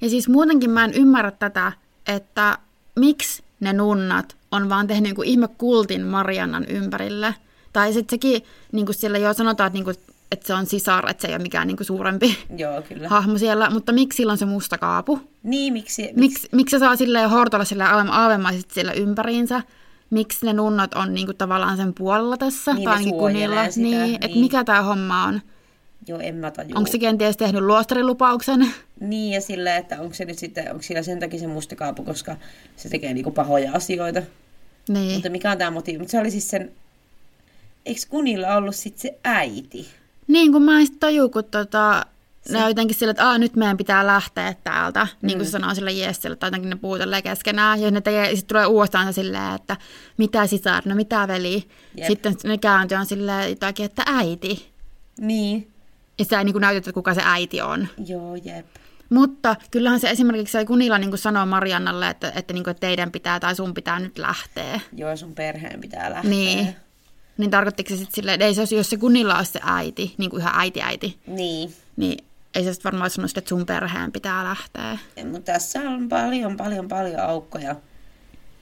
[SPEAKER 1] Ja siis muutenkin mä en ymmärrä tätä, että miksi ne nunnat on vaan tehnyt niin ihme kultin Mariannan ympärille. Tai sitten sekin, niin kuin siellä jo sanotaan, että, niin kuin, että se on sisar, että se ei ole mikään niin kuin suurempi
[SPEAKER 2] Joo, kyllä. Ha.
[SPEAKER 1] hahmo siellä, mutta miksi sillä on se musta kaapu?
[SPEAKER 2] Niin, miksi?
[SPEAKER 1] Miksi, miksi se saa silleen hortolla sille aavemaisesti sillä ympäriinsä? Miksi ne nunnat on niinku tavallaan sen puolella tässä?
[SPEAKER 2] Niin, ne
[SPEAKER 1] tai ainakin
[SPEAKER 2] suojelee
[SPEAKER 1] kunilla?
[SPEAKER 2] sitä,
[SPEAKER 1] niin, että
[SPEAKER 2] niin.
[SPEAKER 1] mikä tämä homma on?
[SPEAKER 2] Joo, en mä tajua.
[SPEAKER 1] Onko se kenties tehnyt luostarilupauksen?
[SPEAKER 2] Niin, ja sillä, että onko se nyt sitten, onko sillä sen takia se musta kaapu, koska se tekee niinku pahoja asioita.
[SPEAKER 1] Niin.
[SPEAKER 2] Mutta mikä on tämä motiivi? Mutta se oli siis sen, eikö Kunilla ollut sitten se äiti?
[SPEAKER 1] Niin, kun mä en sit taju, kun tota, ne on jotenkin sillä, että Aa, nyt meidän pitää lähteä täältä, niin kuin se
[SPEAKER 2] Mm.
[SPEAKER 1] sanoo sille Jesselle, tai jotenkin ne puutelee keskenään, ja ne tekee, sit tulee uudestaan se silleen, että mitä sisar, no mitä veli.
[SPEAKER 2] Jep.
[SPEAKER 1] Jep. Sitten ne kääntyy on silleen jotakin, että äiti.
[SPEAKER 2] Niin.
[SPEAKER 1] Ja sitä ei niin näytetä, että kuka se äiti on.
[SPEAKER 2] Joo, jep.
[SPEAKER 1] Mutta kyllähän se esimerkiksi se Kunila niin kuin sanoo Mariannalle, että, että, niin kuin, että teidän pitää tai sun pitää nyt lähteä.
[SPEAKER 2] Joo, sun perheen pitää lähteä.
[SPEAKER 1] Niin. Niin tarkoittiko se sitten silleen, että ei se olisi, jos se Kunilla olisi se äiti, niin kuin ihan äiti-äiti,
[SPEAKER 2] Niin.
[SPEAKER 1] niin ei se sit varmaan sano sitä, että sun perheen pitää lähteä.
[SPEAKER 2] Mutta tässä on paljon, paljon, paljon aukkoja.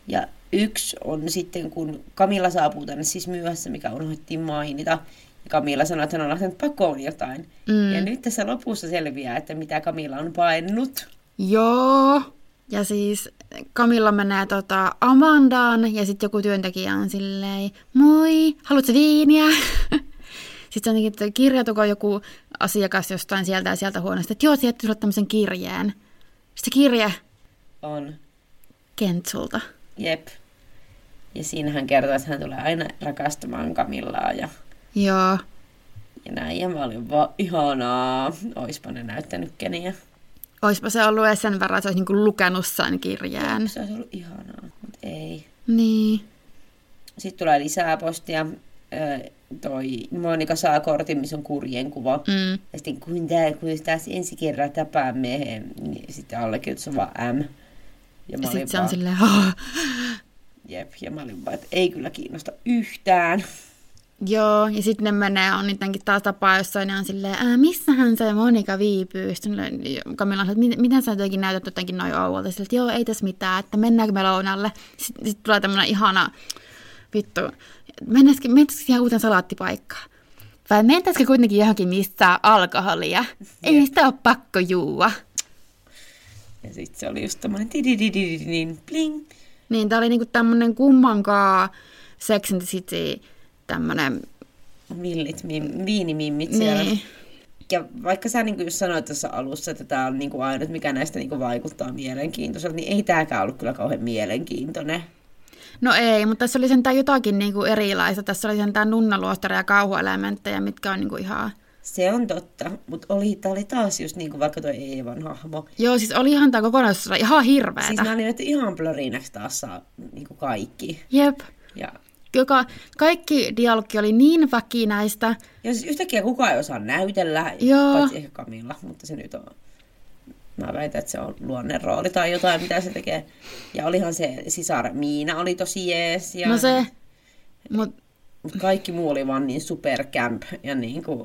[SPEAKER 2] Ja yksi on sitten, kun Kamilla saapuu tänne siis myöhässä, mikä unohdettiin mainita. Ja Kamilla sanoi, että hän on lähtenyt pakoon jotain. Mm. Ja nyt tässä lopussa selviää, että mitä Kamilla on paennut.
[SPEAKER 1] Joo. Ja siis Kamilla menee tota Amandaan ja sitten joku työntekijä on silleen, moi, haluatko viiniä? sitten se on että kirjautuko joku asiakas jostain sieltä ja sieltä huoneesta, että joo, se jätti sulle tämmöisen kirjeen. Sitten se kirje
[SPEAKER 2] On.
[SPEAKER 1] Kentsulta.
[SPEAKER 2] Jep. Ja siinä hän kertoo, että hän tulee aina rakastamaan Kamillaa ja,
[SPEAKER 1] Joo.
[SPEAKER 2] ja näin. Ja mä olin vaan ihanaa. Oispa ne näyttänyt keniä.
[SPEAKER 1] Oispa se ollut edes sen verran, että se olisi niinku lukenut sen kirjeen.
[SPEAKER 2] Se olisi ollut ihanaa, mutta ei.
[SPEAKER 1] Niin.
[SPEAKER 2] Sitten tulee lisää postia. Ö, Toi Monika saa kortin, missä on kurjen kuva.
[SPEAKER 1] Mm.
[SPEAKER 2] Ja sitten kun tää, kun taas ensi kerran tapaamme, he- niin sitten allekirjoitus on vaan M. Ja mä
[SPEAKER 1] Ja
[SPEAKER 2] olin
[SPEAKER 1] sitten se
[SPEAKER 2] vaan,
[SPEAKER 1] on silleen, "Ah."
[SPEAKER 2] jep, ja mä olin vaan, että ei kyllä kiinnosta yhtään.
[SPEAKER 1] Joo, ja sitten ne menee, on niitäkin taas tapaa jossain, ne on silleen, Ää, missähän se Monika viipyy? Sitten ne- Kamilla on, että "Mit- miten sä jotenkin näytät jotenkin noin ouvolta? Silleen, että joo, ei tässä mitään, että mennäänkö me lounalle? Sitten sit tulee tämmöinen ihana, vittu, mennäisikö, mennäisikö ihan uuteen salaattipaikkaan? Vai mentäisikö kuitenkin johonkin, missä on alkoholia? Ei sitä ole pakko juua.
[SPEAKER 2] Ja sitten se oli just tommonen tidididididin, bling.
[SPEAKER 1] Niin, tää oli niinku tämmönen kummankaan Sex and the City, tämmönen,
[SPEAKER 2] Villit, mim, viinimimmit siellä.
[SPEAKER 1] niin.
[SPEAKER 2] Ja vaikka sä niin kuin sanoit tuossa alussa, että tämä on niin kuin ainut, mikä näistä niin kuin vaikuttaa mielenkiintoiselta, niin ei tämäkään ollut kyllä kauhean mielenkiintoinen.
[SPEAKER 1] No ei, mutta tässä oli sentään jotakin niinku erilaista. Tässä oli sentään nunnaluostari ja kauhuelementtejä, mitkä on niinku ihan...
[SPEAKER 2] Se on totta, mutta oli, tää oli taas just niin kuin vaikka toi Eevan hahmo.
[SPEAKER 1] Joo, siis oli ihan tämä kokonaisuus oli ihan hirveetä.
[SPEAKER 2] Siis nämä oli nyt ihan plörinäksi taas saa, niin kuin kaikki.
[SPEAKER 1] Jep.
[SPEAKER 2] Ja,
[SPEAKER 1] Joka, kaikki dialogi oli niin väkinäistä.
[SPEAKER 2] ja siis yhtäkkiä kukaan ei osaa näytellä,
[SPEAKER 1] Joo.
[SPEAKER 2] paitsi ehkä Kamilla, mutta se nyt on. Mä väitän, että se on luonnerooli tai jotain, mitä se tekee. Ja olihan se sisar Miina oli tosi jees. Ja...
[SPEAKER 1] No se... Mut
[SPEAKER 2] Mut kaikki muu oli vaan niin supercamp ja niin kuin,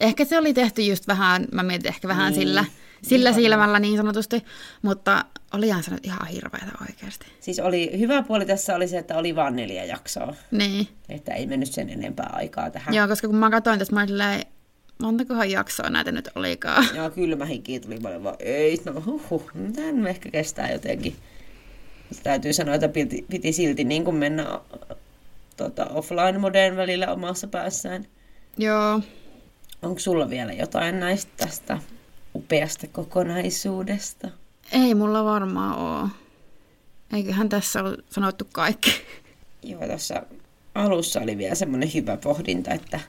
[SPEAKER 1] ehkä se oli tehty just vähän, mä mietin ehkä vähän
[SPEAKER 2] Niin.
[SPEAKER 1] sillä sillä silmällä niin sanotusti, mutta olihan se nyt ihan hirveätä oikeasti.
[SPEAKER 2] Siis oli, hyvä puoli tässä oli se, että oli vaan neljä jaksoa.
[SPEAKER 1] Niin.
[SPEAKER 2] Että ei mennyt sen enempää aikaa tähän.
[SPEAKER 1] Joo, koska kun mä katsoin tässä, mä olin silleen, montakohan jaksoa näitä nyt olikaan.
[SPEAKER 2] Joo, kylmä hiki tuli paljon vaan, ei, no huhhuh, tämän ehkä kestää jotenkin. Mutta täytyy sanoa, että piti, piti silti niin kuin mennä tota, offline-modeen välillä omassa päässään.
[SPEAKER 1] Joo.
[SPEAKER 2] Onko sulla vielä jotain näistä tästä upeasta kokonaisuudesta?
[SPEAKER 1] Ei mulla varmaan oo. Eiköhän tässä ole sanottu kaikki.
[SPEAKER 2] Joo, tuossa alussa oli vielä semmoinen hyvä pohdinta, että,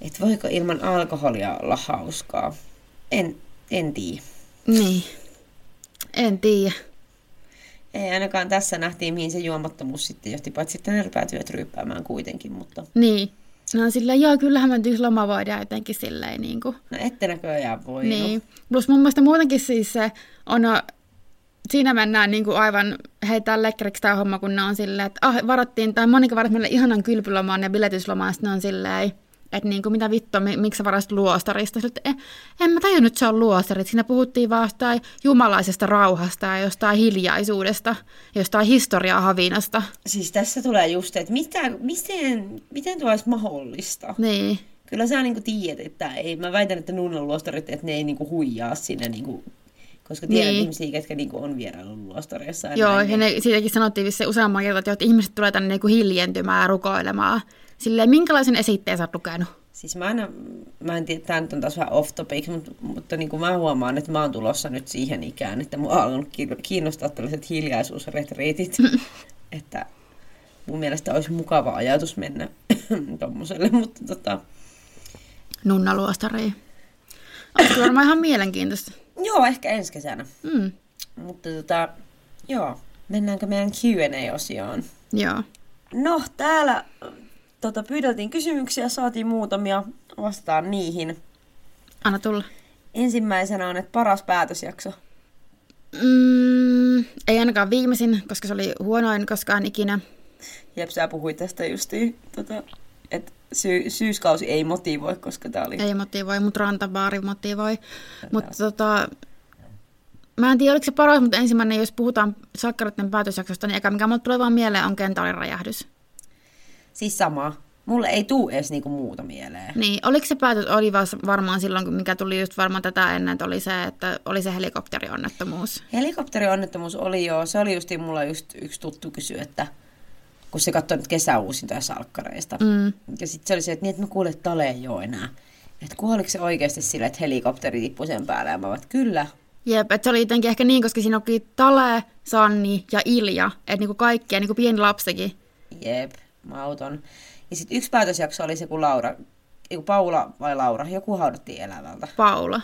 [SPEAKER 2] että voiko ilman alkoholia olla hauskaa. En, en tiedä.
[SPEAKER 1] Niin. En tiedä.
[SPEAKER 2] Ei ainakaan tässä nähtiin, mihin se juomattomuus sitten johti, paitsi sitten ne päätyivät ryyppäämään kuitenkin, mutta...
[SPEAKER 1] Niin. No silleen, joo, kyllähän mä nyt loma voidaan jotenkin silleen niin kuin.
[SPEAKER 2] No ette näköjään voi. No,
[SPEAKER 1] Niin. Plus mun mielestä muutenkin siis se on, siinä mennään niin kuin aivan heitään lekkeriksi tämä homma, kun ne on silleen, että ah, varattiin, tai Monika varasi meille ihanan kylpylomaan ja biletyslomaan, sitten ne on silleen, että niin kuin, mitä vittua, mi- miksi sä varasit luostarista? Sitten, en, en mä tajunnut, että se on luostari. Siinä puhuttiin vaan jostain jumalaisesta rauhasta ja jostain hiljaisuudesta, jostain historiaa havinasta.
[SPEAKER 2] Siis tässä tulee just, että mitä, miten, miten tuo olisi mahdollista?
[SPEAKER 1] Niin.
[SPEAKER 2] Kyllä sä niinku tiedät, että ei, mä väitän, että nunnan luostarit, että ne ei niinku huijaa siinä niinku koska tiedän
[SPEAKER 1] Niin.
[SPEAKER 2] niin. ihmisiä, ketkä niinku on vieraillut luostareissa. ja
[SPEAKER 1] Joo,
[SPEAKER 2] näin,
[SPEAKER 1] ja
[SPEAKER 2] niin-
[SPEAKER 1] ne, siitäkin sanottiin vissiin useamman kertaa, että, joo, että ihmiset tulee tänne niinku hiljentymään ja rukoilemaan. Silleen, minkälaisen esitteen sä oot lukenut?
[SPEAKER 2] Siis mä aina, mä en tiedä, tämä nyt on taas vähän off topic, mutta, mutta niin kuin mä huomaan, että mä oon tulossa nyt siihen ikään, että mua on alkanut kiin- kiinnostaa tällaiset hiljaisuusretriitit. että mun mielestä olisi mukava ajatus mennä tommoselle, mutta tota,
[SPEAKER 1] Nunna luostariin. Olisi varmaan ihan mielenkiintoista.
[SPEAKER 2] joo, ehkä ensi kesänä.
[SPEAKER 1] Mm,
[SPEAKER 2] Mutta tota, joo, mennäänkö meidän Q&A-osioon?
[SPEAKER 1] joo.
[SPEAKER 2] No, täällä tota, pyydeltiin kysymyksiä, saatiin muutamia, vastaan niihin.
[SPEAKER 1] Anna tulla.
[SPEAKER 2] Ensimmäisenä on, että paras päätösjakso.
[SPEAKER 1] Mm, ei ainakaan viimeisin, koska se oli huonoin koskaan ikinä.
[SPEAKER 2] Jep, sä puhuit tästä justiin, tota, että sy- syyskausi ei motivoi, koska tää oli...
[SPEAKER 1] Ei motivoi, mutta rantabaari motivoi. Mutta tota, mä en tiedä, oliko se paras, mutta ensimmäinen, jos puhutaan sakkaroiden päätösjaksosta, niin eka mikä mulle tulee vaan mieleen on kentaalin räjähdys.
[SPEAKER 2] Siis sama. Mulle ei tuu edes niinku muuta mieleen.
[SPEAKER 1] Niin, oliko se päätös, oli vas- varmaan silloin, kun mikä tuli just varmaan tätä ennen, että oli se, että oli se helikopterionnettomuus.
[SPEAKER 2] Helikopterionnettomuus oli jo, se oli justiin mulla just yksi tuttu kysy, että kun se katsoi nyt kesäuusintoja salkkareista.
[SPEAKER 1] Mm.
[SPEAKER 2] Ja sitten se oli se, että niin, että mä kuulen, että Tale ei oo enää. Että kuoliko se oikeasti sillä, että helikopteri tippui sen päälle? Ja mä vaan, että kyllä.
[SPEAKER 1] Jep, että se oli jotenkin ehkä niin, koska siinä oli Tale, Sanni ja Ilja, että niinku kaikkia, niinku pieni lapsikin.
[SPEAKER 2] Jep, mauton. Ja sitten yksi päätösjakso oli se, kun Laura, ei, kun Paula vai Laura, joku haudattiin elävältä.
[SPEAKER 1] Paula.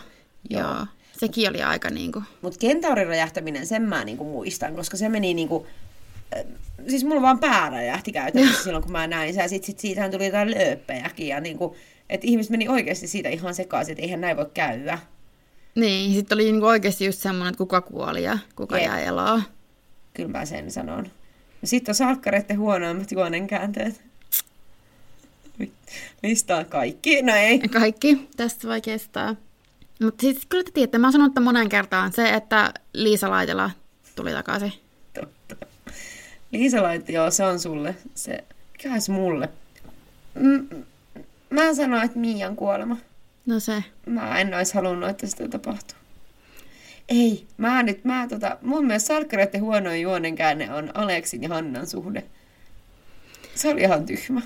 [SPEAKER 1] Joo.
[SPEAKER 2] Joo.
[SPEAKER 1] Joo. Sekin oli aika niin kuin...
[SPEAKER 2] Mutta kentaurin räjähtäminen, sen mä niinku muistan, koska se meni niinku... äh, Siis mulla vaan pää räjähti käytännössä silloin, kun mä näin sen. Ja sit, sit siitähän tuli jotain lööppejäkin. Ja niinku, että ihmiset meni oikeasti siitä ihan sekaisin, että eihän näin voi käydä.
[SPEAKER 1] Niin, sitten oli niinku oikeasti just semmoinen, että kuka kuoli ja kuka
[SPEAKER 2] Jep.
[SPEAKER 1] jäi eloon.
[SPEAKER 2] Kyllä mä sen sanon. No sitten on salkkareiden huonoimmat juonenkäänteet. Listaa kaikki. No ei.
[SPEAKER 1] Kaikki, tästä voi kestää. Mutta siis kyllä te tiedätte, mä oon sanonut tämän monen kertaan se, että Liisa Laitela tuli takaisin.
[SPEAKER 2] Totta. Liisa laitti, joo, se on sulle. Se, mikähän se mulle? Mm, mä sanoin, että Miian kuolema.
[SPEAKER 1] No se.
[SPEAKER 2] Mä en olisi halunnut, että sitä tapahtuu. Ei, mä nyt, mä tota, mun mielestä salkkareiden huonoin juonenkäänne on Aleksin ja Hannan suhde. Se oli ihan tyhmä.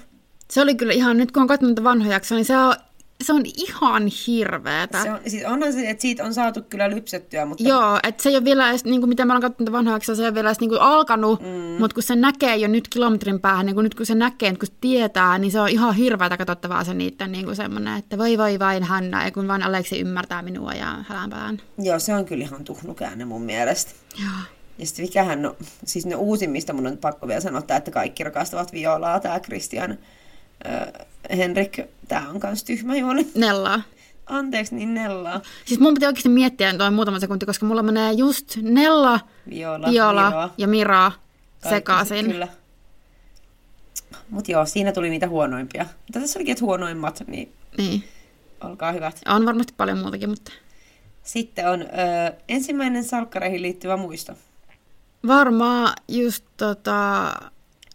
[SPEAKER 1] Se oli kyllä ihan, nyt kun on katsonut niitä vanhoja jaksoja, niin se on, se on ihan hirveetä.
[SPEAKER 2] Se on, siis onhan se, että siitä on saatu kyllä lypsettyä, mutta
[SPEAKER 1] Joo, että se ei ole vielä edes, niin kuin mitä mä oon katsonut vanhoja jaksoja, se ei ole vielä edes niin kuin alkanut, mm. mutta kun se näkee jo nyt kilometrin päähän, niin kun nyt kun se näkee, nyt kun se tietää, niin se on ihan hirveätä katsottavaa se niiden niin kuin semmoinen, että voi voi vain Hanna, ja kun vain Aleksi ymmärtää minua ja hälänpään.
[SPEAKER 2] joo, se on kyllä ihan tuhnukäänne mun mielestä.
[SPEAKER 1] Joo.
[SPEAKER 2] Ja sitten mikähän, no, siis ne uusimmista mun on pakko vielä sanoa, tää, että kaikki rakastavat violaa, tämä Christian äh, Henrik, tämä on kans tyhmä juone.
[SPEAKER 1] Nellaa.
[SPEAKER 2] Anteeksi, niin Nella,
[SPEAKER 1] Siis mun piti oikeasti miettiä tuon muutama sekunti, koska mulla menee just Nella,
[SPEAKER 2] Viola,
[SPEAKER 1] Viola
[SPEAKER 2] Miroa,
[SPEAKER 1] ja Mira
[SPEAKER 2] kaikki
[SPEAKER 1] sekaisin.
[SPEAKER 2] Kyllä. Mut joo, siinä tuli niitä huonoimpia. Mutta tässä olikin, että huonoimmat, niin
[SPEAKER 1] Niin.
[SPEAKER 2] olkaa hyvät.
[SPEAKER 1] On varmasti paljon muutakin, mutta
[SPEAKER 2] Sitten on ö, ensimmäinen salkkareihin liittyvä muisto.
[SPEAKER 1] Varmaan just tota,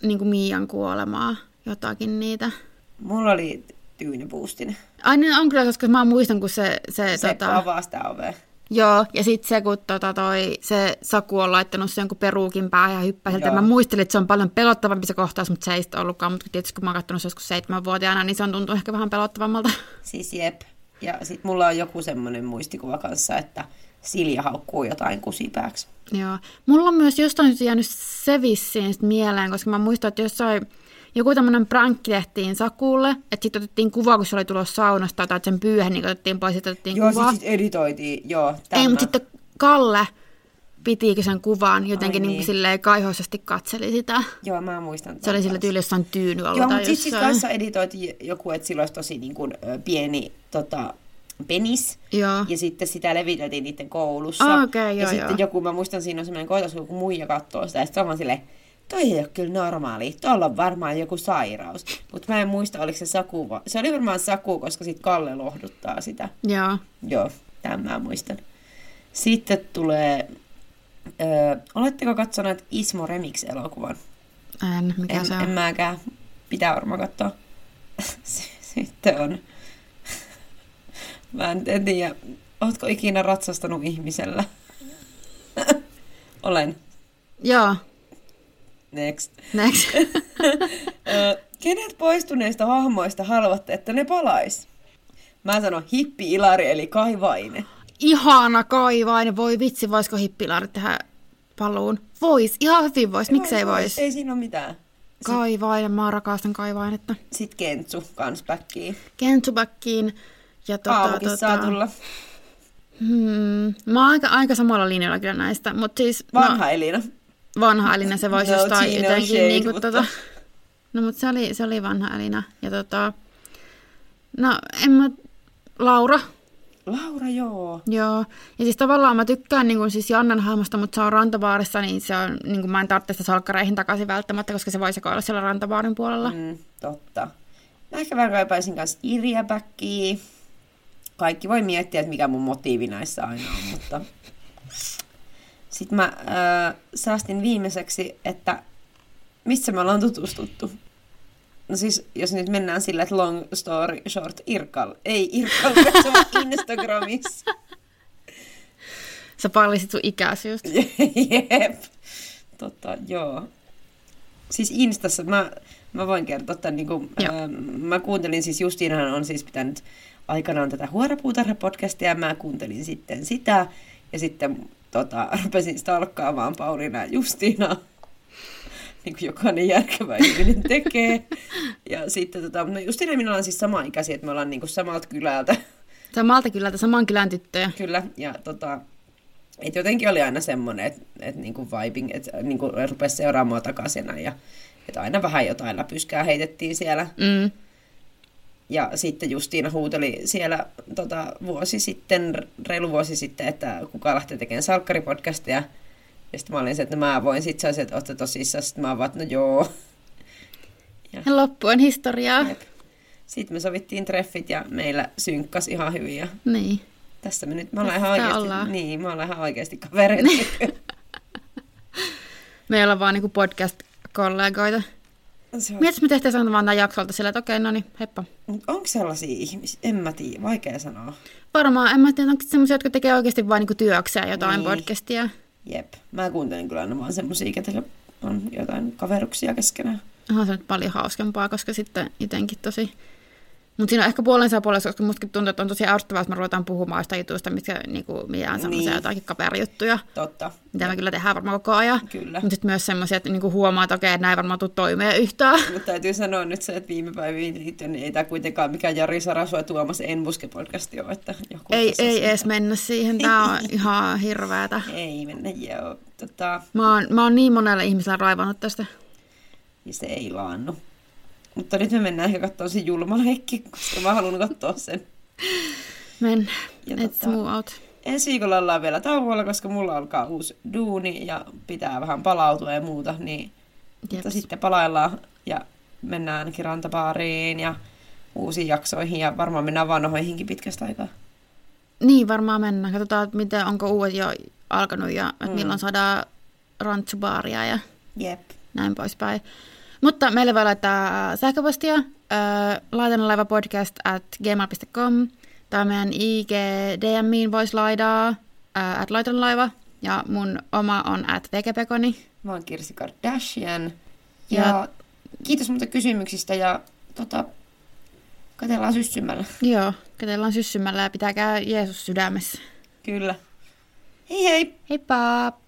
[SPEAKER 1] niin kuin Miian kuolemaa, jotakin niitä.
[SPEAKER 2] Mulla oli tyynipuustinen.
[SPEAKER 1] Ai niin on kyllä, koska mä muistan, kun se... se,
[SPEAKER 2] Se tota... avaa sitä ovea.
[SPEAKER 1] Joo, ja sitten se, kun tota toi, se Saku on laittanut sen jonkun peruukin päähän ja hyppää sieltä.
[SPEAKER 2] Joo.
[SPEAKER 1] Mä muistelin, että se on paljon pelottavampi se kohtaus, mutta se ei sitä ollutkaan. Mutta tietysti kun mä oon katsonut se joskus seitsemänvuotiaana, niin se on tuntunut ehkä vähän pelottavammalta.
[SPEAKER 2] Siis jep. Ja sit mulla on joku semmonen muistikuva kanssa, että Silja haukkuu jotain kusipääksi.
[SPEAKER 1] Joo. Mulla on myös jostain syystä jäänyt se vissiin sit mieleen, koska mä muistan, että jossain joku tämmöinen prankki tehtiin Sakulle, että sitten otettiin kuva, kun se oli tulossa saunasta, tai että sen pyyhe, niin otettiin pois, sitten otettiin
[SPEAKER 2] Joo,
[SPEAKER 1] kuva.
[SPEAKER 2] sit, sit editoitiin. Joo, tämä.
[SPEAKER 1] Ei, mutta sitten Kalle pitikö sen kuvan, jotenkin niin.
[SPEAKER 2] niin.
[SPEAKER 1] Niin silleen kaihoisesti katseli sitä.
[SPEAKER 2] Joo, mä muistan. tän
[SPEAKER 1] Se oli sillä
[SPEAKER 2] kans.
[SPEAKER 1] tyyli jossain tyyny ollut
[SPEAKER 2] Joo,
[SPEAKER 1] tai
[SPEAKER 2] mutta sitten sit
[SPEAKER 1] jossain.
[SPEAKER 2] kanssa editoitiin joku, että sillä olisi tosi niin kuin, ö, pieni tota, penis.
[SPEAKER 1] Joo.
[SPEAKER 2] Ja sitten sitä leviteltiin niiden koulussa.
[SPEAKER 1] Ah, okei,
[SPEAKER 2] ja
[SPEAKER 1] joo,
[SPEAKER 2] sitten
[SPEAKER 1] joo.
[SPEAKER 2] joku, mä muistan, siinä on semmoinen koitas, kun muija katsoo sitä. Ja sitten on vaan silleen, toi ei ole kyllä normaali. Tuolla on varmaan joku sairaus. Mutta mä en muista, oliko se Saku. va- Se oli varmaan Saku, koska sitten Kalle lohduttaa sitä.
[SPEAKER 1] Joo.
[SPEAKER 2] Joo, tämän mä muistan. Sitten tulee... Öö, oletteko katsoneet Ismo Remix-elokuvan?
[SPEAKER 1] En, mikä
[SPEAKER 2] en,
[SPEAKER 1] se
[SPEAKER 2] en
[SPEAKER 1] on.
[SPEAKER 2] mäkään. Pitää varmaan katsoa. S- Sitten on... Mä en, en tiedä, ootko ikinä ratsastanut ihmisellä? Olen.
[SPEAKER 1] Joo,
[SPEAKER 2] Next.
[SPEAKER 1] next.
[SPEAKER 2] Ö, kenet poistuneista hahmoista haluatte, että ne palais? Mä sanon hippi-ilari, eli kaivaine.
[SPEAKER 1] Ihana kaivainen, voi vitsi, voisiko hippilaari tehdä paluun? Vois, ihan hyvin vois, miksei vois.
[SPEAKER 2] Ei siinä ole mitään.
[SPEAKER 1] Kaivainen, mä rakastan kaivainetta.
[SPEAKER 2] Sitten Kentsu kans päkkii.
[SPEAKER 1] Kentsubakkiin ja tota,
[SPEAKER 2] Aamukin saa
[SPEAKER 1] tota,
[SPEAKER 2] tulla.
[SPEAKER 1] hmm, mä oon aika, aika samalla linjalla kyllä näistä, mutta siis
[SPEAKER 2] Vanha
[SPEAKER 1] no,
[SPEAKER 2] Elina.
[SPEAKER 1] vanha Elina se voisi
[SPEAKER 2] No,
[SPEAKER 1] no, jostain
[SPEAKER 2] siinä on
[SPEAKER 1] jotenkin
[SPEAKER 2] shade,
[SPEAKER 1] niin kuin,
[SPEAKER 2] mutta-
[SPEAKER 1] tota, No mutta se oli, se oli vanha Elina ja tota, no en mä, Laura,
[SPEAKER 2] Laura, joo.
[SPEAKER 1] Joo, ja siis tavallaan mä tykkään niin kuin, siis Jannan hahmosta, mutta se on rantavaarissa, niin se on, niin kuin, mä en tarvitse sitä salkkareihin takaisin välttämättä, koska se voi sekoilla siellä rantavaarin puolella. Mm.
[SPEAKER 2] Mm, totta. Mä ehkä vähän kaipaisin kanssa Irja Bäkkiä. Kaikki voi miettiä, että mikä mun motiivi näissä aina on, mutta... Sitten mä äh, säästin viimeiseksi, että missä me ollaan tutustuttu. No siis, jos nyt mennään sillä, että long story short Irkal. Ei Irkal, se on Instagramissa.
[SPEAKER 1] Sä pallisit sun ikäsi just.
[SPEAKER 2] Jep. Tota, joo. Siis Instassa, mä, mä voin kertoa tämän, niin kuin,
[SPEAKER 1] Joo.
[SPEAKER 2] ää, mä kuuntelin siis, Justiinahan on siis pitänyt aikanaan tätä Huorapuutarha-podcastia, ja mä kuuntelin sitten sitä, ja sitten tota, rupesin stalkkaamaan Pauliina ja Justiinaa, niin kuin jokainen järkevä ihminen tekee. Ja sitten tota, no Justiina ja minä ollaan siis samaikäisiä, että me ollaan niin kuin samalta kylältä.
[SPEAKER 1] Samalta kylältä, saman kylän tyttöjä.
[SPEAKER 2] Kyllä, ja tota, et jotenkin oli aina semmoinen, että et niinku vibing, että niinku rupesi seuraamaan takaisin ja että aina vähän jotain läpyskää heitettiin siellä.
[SPEAKER 1] Mm.
[SPEAKER 2] Ja sitten Justiina huuteli siellä tota, vuosi sitten, reilu vuosi sitten, että kuka lähtee tekemään salkkaripodcastia. Ja sitten mä olin se, että no mä voin. Sitten se oli se, että ootte tosissaan. Sitten mä vaan, että no joo.
[SPEAKER 1] Ja loppu on historiaa.
[SPEAKER 2] Jep. Sitten me sovittiin treffit ja meillä synkkas ihan hyvin. Ja
[SPEAKER 1] Niin.
[SPEAKER 2] tässä me nyt, mä ollaan
[SPEAKER 1] Tässä
[SPEAKER 2] ihan
[SPEAKER 1] sitä
[SPEAKER 2] oikeasti,
[SPEAKER 1] ollaan.
[SPEAKER 2] niin, mä ollaan ihan oikeasti kavereita.
[SPEAKER 1] Me ollaan vaan niinku podcast-kollegoita.
[SPEAKER 2] Se on-
[SPEAKER 1] Mietis, me tehtäisiin sanotaan vaan tämän jaksolta sillä, että okei, no niin, heippa.
[SPEAKER 2] Mut onko sellaisia ihmisiä? En mä tiedä, vaikea sanoa.
[SPEAKER 1] Varmaan, en mä tiedä, onko semmoisia, jotka tekee oikeasti vain niinku työkseen jotain
[SPEAKER 2] Niin.
[SPEAKER 1] niin. podcastia.
[SPEAKER 2] Jep, mä kuuntelen kyllä aina vaan semmosia, ketillä on jotain kaveruksia keskenään.
[SPEAKER 1] onhan se nyt paljon hauskempaa, koska sitten jotenkin tosi... Mutta siinä on ehkä puolensa ja puolensa, koska mustakin tuntuu, että on tosi ärsyttävää, jos me ruvetaan puhumaan sitä jutusta, mitkä niinku, mitään semmoisia
[SPEAKER 2] Niin.
[SPEAKER 1] niin. jotakin kaverijuttuja,
[SPEAKER 2] Totta,
[SPEAKER 1] mitä me kyllä tehdään varmaan koko ajan.
[SPEAKER 2] kyllä.
[SPEAKER 1] Mutta sitten myös semmoisia, että niinku huomaa, että okei, näin varmaan tuu toimeen yhtään.
[SPEAKER 2] Mutta täytyy sanoa nyt se, että viime päiviin liittyen niin ei tämä kuitenkaan mikään Jari Sarasu ja Tuomas Enbuske podcasti ole. Että joku
[SPEAKER 1] Ei,
[SPEAKER 2] tässä
[SPEAKER 1] ei
[SPEAKER 2] sitä-
[SPEAKER 1] edes mennä siihen, tämä on ihan hirveätä.
[SPEAKER 2] Ei mennä, joo. Tota,
[SPEAKER 1] Mä oon, mä oon niin monella ihmisellä raivannut tästä.
[SPEAKER 2] ja se ei laannu. Mutta nyt me mennään ehkä katsomaan se julma leikki, koska mä haluan katsoa sen.
[SPEAKER 1] Men,
[SPEAKER 2] Ja
[SPEAKER 1] et
[SPEAKER 2] tota-
[SPEAKER 1] muu out.
[SPEAKER 2] Ensi viikolla ollaan vielä tauolla, koska mulla alkaa uusi duuni ja pitää vähän palautua ja muuta, niin
[SPEAKER 1] Jeps.
[SPEAKER 2] Mutta sitten palaillaan ja mennään ainakin rantabaariin ja uusiin jaksoihin ja varmaan mennään vanhoihinkin pitkästä aikaa.
[SPEAKER 1] Niin, varmaan mennään. Katsotaan, että miten, onko uudet jo alkanut ja että mm. milloin saadaan rantsubaaria ja
[SPEAKER 2] Jep.
[SPEAKER 1] näin poispäin. Mutta meille voi laittaa sähköpostia äh, laitanalaivapodcast at gmail.com tai meidän IG DMiin voisi laidaa äh, at laitanalaiva ja mun oma on at vegepekoni.
[SPEAKER 2] Mä oon Kirsi Kardashian. Ja,
[SPEAKER 1] Ja-
[SPEAKER 2] ja kiitos muuta kysymyksistä ja tota, katellaan syssymmällä.
[SPEAKER 1] Joo, katellaan syssymällä ja pitäkää Jeesus sydämessä.
[SPEAKER 2] Kyllä. Hei hei!
[SPEAKER 1] Heippa!